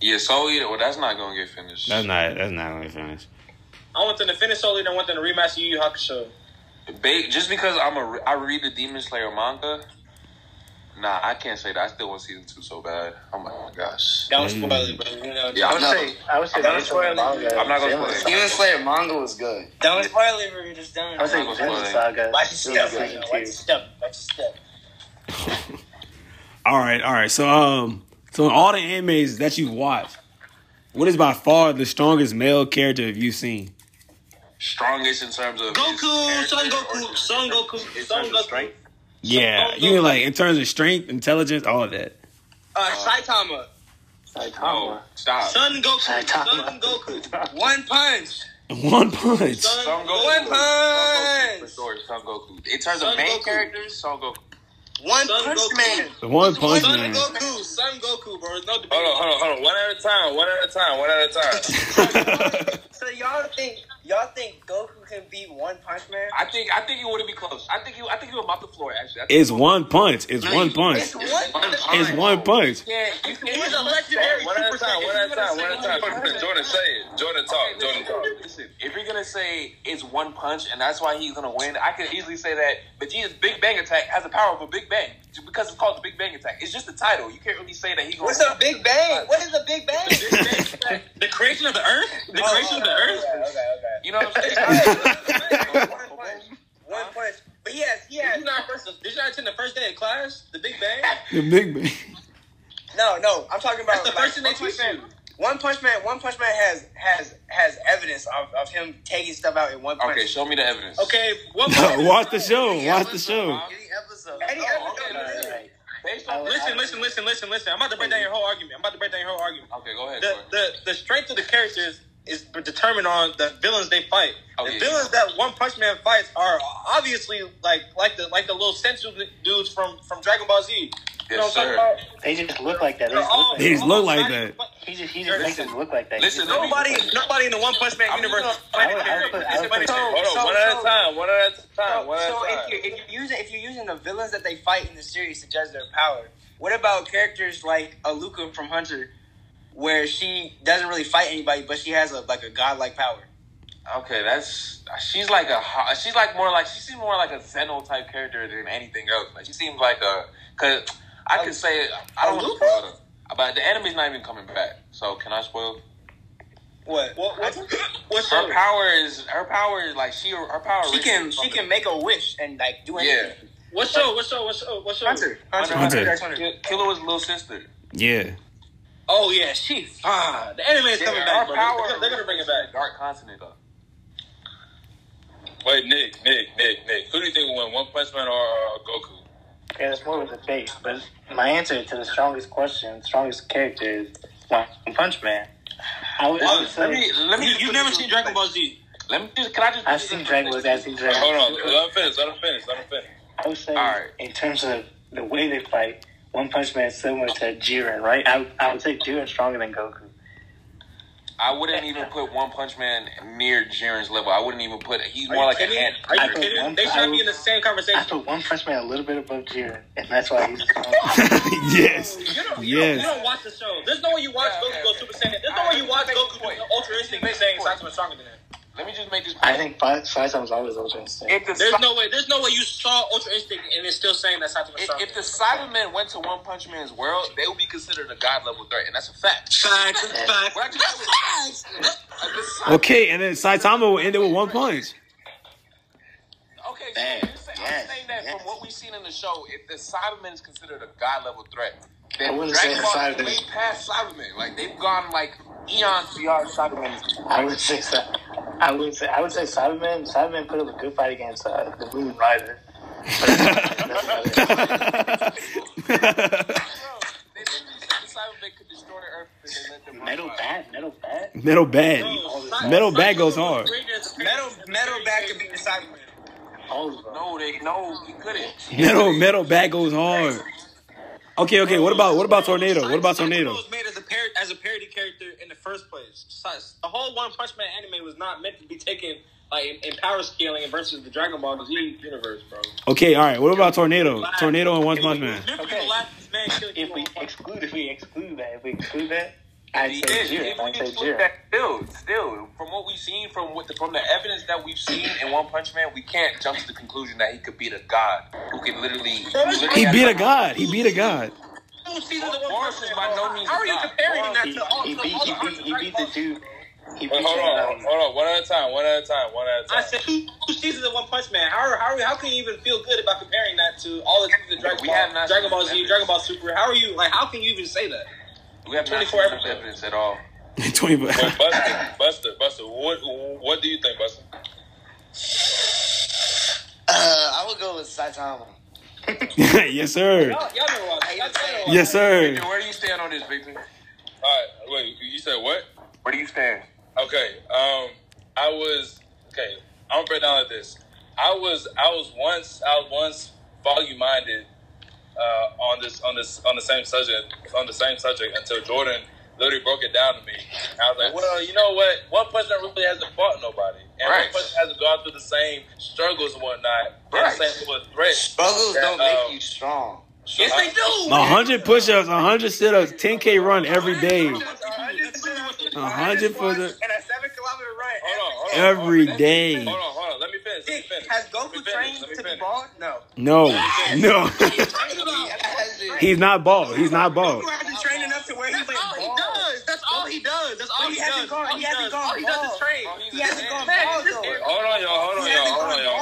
[SPEAKER 2] yeah, Soul Eater. Well, that's not gonna get finished.
[SPEAKER 1] not. That's not gonna finish.
[SPEAKER 3] I want them to finish solely. Then I want them to rematch Yu Yu Hakusho.
[SPEAKER 2] Ba- just because I'm a re- I read the Demon Slayer manga. Nah, I can't say that. I still want season two so bad. Oh my gosh.
[SPEAKER 3] That was spoilers, bro. You know,
[SPEAKER 2] Yeah,
[SPEAKER 4] I
[SPEAKER 2] I'm
[SPEAKER 4] would
[SPEAKER 2] not.
[SPEAKER 4] say
[SPEAKER 6] I would say
[SPEAKER 4] Don't
[SPEAKER 6] that's
[SPEAKER 4] spoil
[SPEAKER 6] the
[SPEAKER 4] it.
[SPEAKER 6] manga.
[SPEAKER 2] I'm not gonna
[SPEAKER 6] Vinland
[SPEAKER 2] spoil it.
[SPEAKER 6] Saga.
[SPEAKER 4] Demon Slayer manga was good.
[SPEAKER 3] that was spoiler. We're just done.
[SPEAKER 6] I would say
[SPEAKER 2] I'm not gonna
[SPEAKER 6] Vinland
[SPEAKER 2] spoil it.
[SPEAKER 6] Saga.
[SPEAKER 3] Watch your step.
[SPEAKER 6] Vinland Saga
[SPEAKER 3] Watch
[SPEAKER 6] season
[SPEAKER 3] your
[SPEAKER 6] two.
[SPEAKER 3] step. Watch your step.
[SPEAKER 1] All right, all right. So um, so in all the animes that you've watched, what is by far the strongest male character have you seen?
[SPEAKER 2] Strongest in terms of his
[SPEAKER 3] Goku, Son
[SPEAKER 2] character or
[SPEAKER 3] Goku,
[SPEAKER 2] his-
[SPEAKER 3] Son Goku,
[SPEAKER 2] in
[SPEAKER 3] Son
[SPEAKER 2] terms of
[SPEAKER 3] Goku.
[SPEAKER 2] strength.
[SPEAKER 3] Oh,
[SPEAKER 1] Yeah, you mean like in terms of strength, intelligence, all of that.
[SPEAKER 3] Uh, Saitama,
[SPEAKER 2] No,
[SPEAKER 6] Saitama.
[SPEAKER 2] stop. Son
[SPEAKER 3] Son Goku, Son
[SPEAKER 6] Saitama.
[SPEAKER 3] Goku,
[SPEAKER 4] One Punch.
[SPEAKER 1] One punch.
[SPEAKER 3] Son
[SPEAKER 2] Goku.
[SPEAKER 4] One
[SPEAKER 2] Son
[SPEAKER 4] Punch.
[SPEAKER 2] Goku for sure, Son Goku. In terms
[SPEAKER 3] Son
[SPEAKER 2] of main
[SPEAKER 3] Goku.
[SPEAKER 2] characters, Son Goku.
[SPEAKER 4] One
[SPEAKER 3] Son
[SPEAKER 4] Punch
[SPEAKER 3] Goku.
[SPEAKER 4] Man.
[SPEAKER 1] The one punch
[SPEAKER 3] Son
[SPEAKER 1] man.
[SPEAKER 3] Goku, Son Goku, bro. No debate.
[SPEAKER 5] Hold on, hold on, hold on. One at a time. One at a time. One at a time.
[SPEAKER 4] So y'all think y'all think Goku can beat One Punch Man?
[SPEAKER 2] I think I think it wouldn't be close. I think you I think you would mop the floor actually. I think
[SPEAKER 1] It's one punch. It's one punch.
[SPEAKER 4] It's one.
[SPEAKER 1] It's one punch.
[SPEAKER 2] Yeah, you can
[SPEAKER 3] He's a legendary
[SPEAKER 5] One at
[SPEAKER 3] Super
[SPEAKER 5] a time. One
[SPEAKER 3] Saiyan.
[SPEAKER 5] at a time. One at a time. Jordan, say it. Jordan, talk. Jordan, talk.
[SPEAKER 2] Listen, if you're gonna say it's one punch and that's why he's gonna win, I could easily say that Vegeta's Big Bang Attack has the power of a Big Bang just because it's called the Big Bang Attack. It's just the title. You can't really say that he's gonna.
[SPEAKER 4] What's a Big Bang? What is a Big Bang? Oh,
[SPEAKER 3] The creation of the Earth, the creation of the Earth.
[SPEAKER 2] You know what I'm saying?
[SPEAKER 4] One Punch. One Punch. But yes,
[SPEAKER 3] Did
[SPEAKER 4] yes.
[SPEAKER 3] you not first? Did you not attend the first day of class? The Big Bang.
[SPEAKER 1] The big man.
[SPEAKER 4] No, no. I'm talking about
[SPEAKER 3] That's the
[SPEAKER 4] like,
[SPEAKER 3] first thing they
[SPEAKER 4] One Punch
[SPEAKER 3] teach
[SPEAKER 4] Man-
[SPEAKER 3] you.
[SPEAKER 4] One Punch Man. One Punch Man has has has evidence of, of him taking stuff out in one punch.
[SPEAKER 2] okay, show me the evidence.
[SPEAKER 3] Okay, what?
[SPEAKER 1] Uh, Watch the show. Watch the show.
[SPEAKER 4] Any episode
[SPEAKER 2] Oh, okay,
[SPEAKER 4] of this?
[SPEAKER 6] Right.
[SPEAKER 2] Based on-
[SPEAKER 3] Listen, listen, listen, listen, listen. I'm about to break down your whole argument. I'm about to break down your whole argument.
[SPEAKER 2] Okay, go ahead.
[SPEAKER 3] the,
[SPEAKER 2] Jordan.
[SPEAKER 3] the the strength of the characters is determined on the villains they fight.
[SPEAKER 2] Oh,
[SPEAKER 3] the
[SPEAKER 2] yeah,
[SPEAKER 3] villains that One Punch Man fights are obviously like like the like the little sensu dudes from from Dragon Ball Z. You
[SPEAKER 2] Yes,
[SPEAKER 3] know what I'm
[SPEAKER 2] sir.
[SPEAKER 3] talking about?
[SPEAKER 6] They just look like that. They
[SPEAKER 3] They're
[SPEAKER 6] just
[SPEAKER 3] all-
[SPEAKER 6] look
[SPEAKER 1] They
[SPEAKER 6] like
[SPEAKER 1] just look like
[SPEAKER 3] all
[SPEAKER 1] that.
[SPEAKER 3] not-
[SPEAKER 6] that. He just, he just makes them look like that. He
[SPEAKER 2] Listen,
[SPEAKER 6] just look
[SPEAKER 3] Nobody
[SPEAKER 6] like that.
[SPEAKER 3] nobody in the One Punch Man
[SPEAKER 2] I'm
[SPEAKER 3] universe
[SPEAKER 2] just
[SPEAKER 6] I
[SPEAKER 3] fighting
[SPEAKER 6] would- I would put- I would put-
[SPEAKER 5] Hold on.
[SPEAKER 4] So-
[SPEAKER 5] one at
[SPEAKER 4] so-
[SPEAKER 5] a time. One at a time. One at a
[SPEAKER 4] So if
[SPEAKER 5] time.
[SPEAKER 4] you're, if you're using if you're using the villains that they fight in the series to judge their power, what about characters like Aluka from Hunter, where she doesn't really fight anybody, but she has a like a godlike power.
[SPEAKER 2] Okay, that's she's like a ho- she's like more like she seems more like a Zeno type character than anything else. Like she seems like a cause I could say I don't want to spoil it, but the enemy's not even coming back. So can I spoil?
[SPEAKER 4] What?
[SPEAKER 3] What? What? What's
[SPEAKER 2] Her
[SPEAKER 3] her?
[SPEAKER 2] power is her power is like she her power.
[SPEAKER 4] She can she can make a wish and like do anything.
[SPEAKER 2] Yeah.
[SPEAKER 3] What's show? What's show? What's show? What's show?
[SPEAKER 4] Hunter, Hunter,
[SPEAKER 1] Hunter.
[SPEAKER 4] Hunter, Hunter.
[SPEAKER 2] Ki- Killer was little sister.
[SPEAKER 1] Yeah.
[SPEAKER 3] Oh yeah, she fine. The anime is coming
[SPEAKER 2] Yeah,
[SPEAKER 3] back.
[SPEAKER 2] Her
[SPEAKER 3] bro.
[SPEAKER 2] power.
[SPEAKER 3] They're, they're gonna bring it back.
[SPEAKER 2] Dark continent though.
[SPEAKER 5] Wait, Nick, Nick, Nick, Nick. Who do you think will win, One Punch Man or uh, Goku?
[SPEAKER 6] Yeah, it's more of a debate, but my answer to the strongest question, strongest character is One Punch Man. I would, I would
[SPEAKER 2] Let me
[SPEAKER 6] say,
[SPEAKER 2] let me.
[SPEAKER 3] You, have never seen Dragon Ball Z.
[SPEAKER 2] Let me just. Can I just?
[SPEAKER 6] I've seen Dragon Ball Z, I've seen Dragon
[SPEAKER 5] Hold on, let him finish. Let him finish. Let him finish.
[SPEAKER 6] I would say,
[SPEAKER 2] Alright.
[SPEAKER 6] in terms of the way they fight, One Punch Man is similar to Jiren, right? I, I would say Jiren's stronger than Goku.
[SPEAKER 2] I wouldn't even put One Punch Man near Jiren's level. I wouldn't even put. He's more like an
[SPEAKER 3] Kidding?
[SPEAKER 2] ant.
[SPEAKER 3] Are
[SPEAKER 6] I
[SPEAKER 3] you
[SPEAKER 6] put
[SPEAKER 3] kidding?
[SPEAKER 6] one-
[SPEAKER 3] They
[SPEAKER 6] I
[SPEAKER 3] should be in the same
[SPEAKER 6] I
[SPEAKER 3] conversation.
[SPEAKER 6] put One Punch Man a little bit above Jiren, and that's why he's strong.
[SPEAKER 1] yes.
[SPEAKER 3] You don't, you, don't,
[SPEAKER 1] Yes.
[SPEAKER 3] you don't watch the show. There's no way you watch Goku go Super Saiyan. There's no way you watch Goku do Ultra Instinct saying Sasuke was stronger than him.
[SPEAKER 2] Let me just make this. Point.
[SPEAKER 6] I think Fi- Saisam's always ultra instinct.
[SPEAKER 2] if the
[SPEAKER 3] There's
[SPEAKER 2] Cy-
[SPEAKER 3] no way. There's no way you saw Ultra Instinct and it's still saying that Sasuke
[SPEAKER 2] if,
[SPEAKER 3] was stronger.
[SPEAKER 2] if the Cybermen went to One Punch Man's world, they would be considered a god level threat, and that's a fact.
[SPEAKER 3] Facts, facts.
[SPEAKER 2] What I just said was- Uh, the Cy-
[SPEAKER 1] Okay, and then Saitama will end it with one punch.
[SPEAKER 2] Okay, so you're saying,
[SPEAKER 6] Yes,
[SPEAKER 2] I'm saying that
[SPEAKER 6] yes.
[SPEAKER 2] from what we've seen in the show, if the Cybermen is considered a god level threat,
[SPEAKER 6] I
[SPEAKER 2] then
[SPEAKER 6] wouldn't
[SPEAKER 2] Dragon
[SPEAKER 6] say
[SPEAKER 2] Ball
[SPEAKER 6] Cybermen.
[SPEAKER 2] is way past Cybermen. Like they've gone like eons beyond Cybermen.
[SPEAKER 6] I would say so. I would say I would say Cyberman. Cyberman put up a good fight against uh, the Moon Rider.
[SPEAKER 2] Bro, they literally said the Cybermen could destroy the Earth and they let them run
[SPEAKER 6] metal
[SPEAKER 2] wild.
[SPEAKER 6] bat, metal bat.
[SPEAKER 1] Metal bad.
[SPEAKER 3] Sa-
[SPEAKER 1] Metal
[SPEAKER 3] Sasuke
[SPEAKER 1] bag goes
[SPEAKER 3] was
[SPEAKER 1] hard.
[SPEAKER 3] greater than-
[SPEAKER 4] Metal Metal back could be the Cyberman.
[SPEAKER 6] All of them.
[SPEAKER 2] No, they no, he couldn't.
[SPEAKER 1] Metal metal bad goes hard. Okay, okay. What about what about tornado? What about
[SPEAKER 3] Sasuke
[SPEAKER 1] tornado?
[SPEAKER 3] was made as a par- as a parody character in the first place. Sa- The whole One Punch Man anime was not meant to be taken like in, in power scaling versus the Dragon Ball Z universe, bro.
[SPEAKER 1] Okay, all right. What about tornado? Tornado and One Punch Man.
[SPEAKER 3] Remember
[SPEAKER 6] Okay.
[SPEAKER 3] the last man killed you
[SPEAKER 6] If we
[SPEAKER 3] on One Punch
[SPEAKER 6] exclude, if we exclude that, if we exclude that, I'd
[SPEAKER 2] He
[SPEAKER 6] say
[SPEAKER 2] is.
[SPEAKER 6] Jiren.
[SPEAKER 2] If we
[SPEAKER 6] I'd say
[SPEAKER 2] exclude
[SPEAKER 6] Jiren.
[SPEAKER 2] that, still, still, from what we've seen, from what the, from the evidence that we've seen in One Punch Man, we can't jump to the conclusion that he could beat a god who can literally. who literally
[SPEAKER 1] He
[SPEAKER 2] has
[SPEAKER 1] beat
[SPEAKER 2] the
[SPEAKER 1] a god. He beat a god.
[SPEAKER 3] Man. Two seasons of One
[SPEAKER 2] Morris
[SPEAKER 3] Punch
[SPEAKER 2] is
[SPEAKER 3] Man.
[SPEAKER 2] by no means
[SPEAKER 3] How are you
[SPEAKER 2] God.
[SPEAKER 3] comparing that
[SPEAKER 6] He,
[SPEAKER 3] to all
[SPEAKER 6] he
[SPEAKER 3] the
[SPEAKER 6] beat, he
[SPEAKER 3] all
[SPEAKER 6] beat, he beat the dude. He beat
[SPEAKER 5] Wait, hold on,
[SPEAKER 6] the
[SPEAKER 5] hold on. One at a time. One at a time. One at a
[SPEAKER 3] I
[SPEAKER 5] time.
[SPEAKER 3] said two two seasons of One Punch Man. How are, how are, how can you even feel good about comparing that to all of the Dragon
[SPEAKER 2] We have
[SPEAKER 3] Ball,
[SPEAKER 2] not
[SPEAKER 3] Dragon
[SPEAKER 2] seen
[SPEAKER 3] Ball Z,
[SPEAKER 2] evidence.
[SPEAKER 3] Dragon Ball Super? How are you like? How can you even say that?
[SPEAKER 2] We have not
[SPEAKER 3] 24
[SPEAKER 2] seen
[SPEAKER 3] episodes.
[SPEAKER 2] evidence at all.
[SPEAKER 1] Twenty.
[SPEAKER 5] Wait, Buster, Buster, Buster. What, what do you think, Buster?
[SPEAKER 4] Uh, I would go with Saitama.
[SPEAKER 1] yes, sir.
[SPEAKER 3] Y'all, y'all never watched. Y'all never watched.
[SPEAKER 1] Yes, sir.
[SPEAKER 2] Victor, Where do you stand on this, Victor?
[SPEAKER 5] All right. Wait. You said what?
[SPEAKER 2] Where do you stand?
[SPEAKER 5] Okay. Um, I was okay. I'm gonna break it down like this. I was I was once I was once value minded uh, on this on this on the same subject on the same subject until Jordan literally broke it down to me. And I was like, well, you know what? One person really hasn't fought nobody, and
[SPEAKER 2] Right.
[SPEAKER 5] one person hasn't gone through the same struggles and whatnot,
[SPEAKER 2] Right.
[SPEAKER 5] and the same level of threat.
[SPEAKER 4] Struggles
[SPEAKER 5] Yeah,
[SPEAKER 4] don't
[SPEAKER 5] um,
[SPEAKER 4] make you strong.
[SPEAKER 5] Yes,
[SPEAKER 3] They do.
[SPEAKER 1] hundred push-ups, hundred sit-ups, ten k run every day, hundred for the-
[SPEAKER 4] And a seven kilometer run.
[SPEAKER 5] Hold on, hold on,
[SPEAKER 1] every
[SPEAKER 5] hold on.
[SPEAKER 1] day.
[SPEAKER 5] Hold on, hold on. Let me finish. Let me finish.
[SPEAKER 4] Has
[SPEAKER 5] Let me
[SPEAKER 4] Goku
[SPEAKER 5] finish.
[SPEAKER 4] trained
[SPEAKER 5] Let me
[SPEAKER 4] to be
[SPEAKER 5] finish.
[SPEAKER 4] bald? No.
[SPEAKER 1] No, no.
[SPEAKER 4] Has it-
[SPEAKER 1] He's not bald. He's not bald.
[SPEAKER 4] Goku hasn't trained enough to where he went
[SPEAKER 3] All he
[SPEAKER 4] bald.
[SPEAKER 3] does. That's all he does. That's all
[SPEAKER 4] But
[SPEAKER 3] he,
[SPEAKER 4] he hasn't
[SPEAKER 3] does.
[SPEAKER 4] gone-
[SPEAKER 3] all
[SPEAKER 4] he hasn't
[SPEAKER 3] does.
[SPEAKER 4] gone
[SPEAKER 3] all he does is
[SPEAKER 4] bald.
[SPEAKER 3] train.
[SPEAKER 4] He hasn't gone
[SPEAKER 3] Man,
[SPEAKER 4] bald
[SPEAKER 3] this-
[SPEAKER 4] though.
[SPEAKER 5] Hold on, y'all. Hold
[SPEAKER 4] He
[SPEAKER 5] on, y'all.
[SPEAKER 4] hasn't
[SPEAKER 5] Hold on,
[SPEAKER 4] gone
[SPEAKER 5] y'all.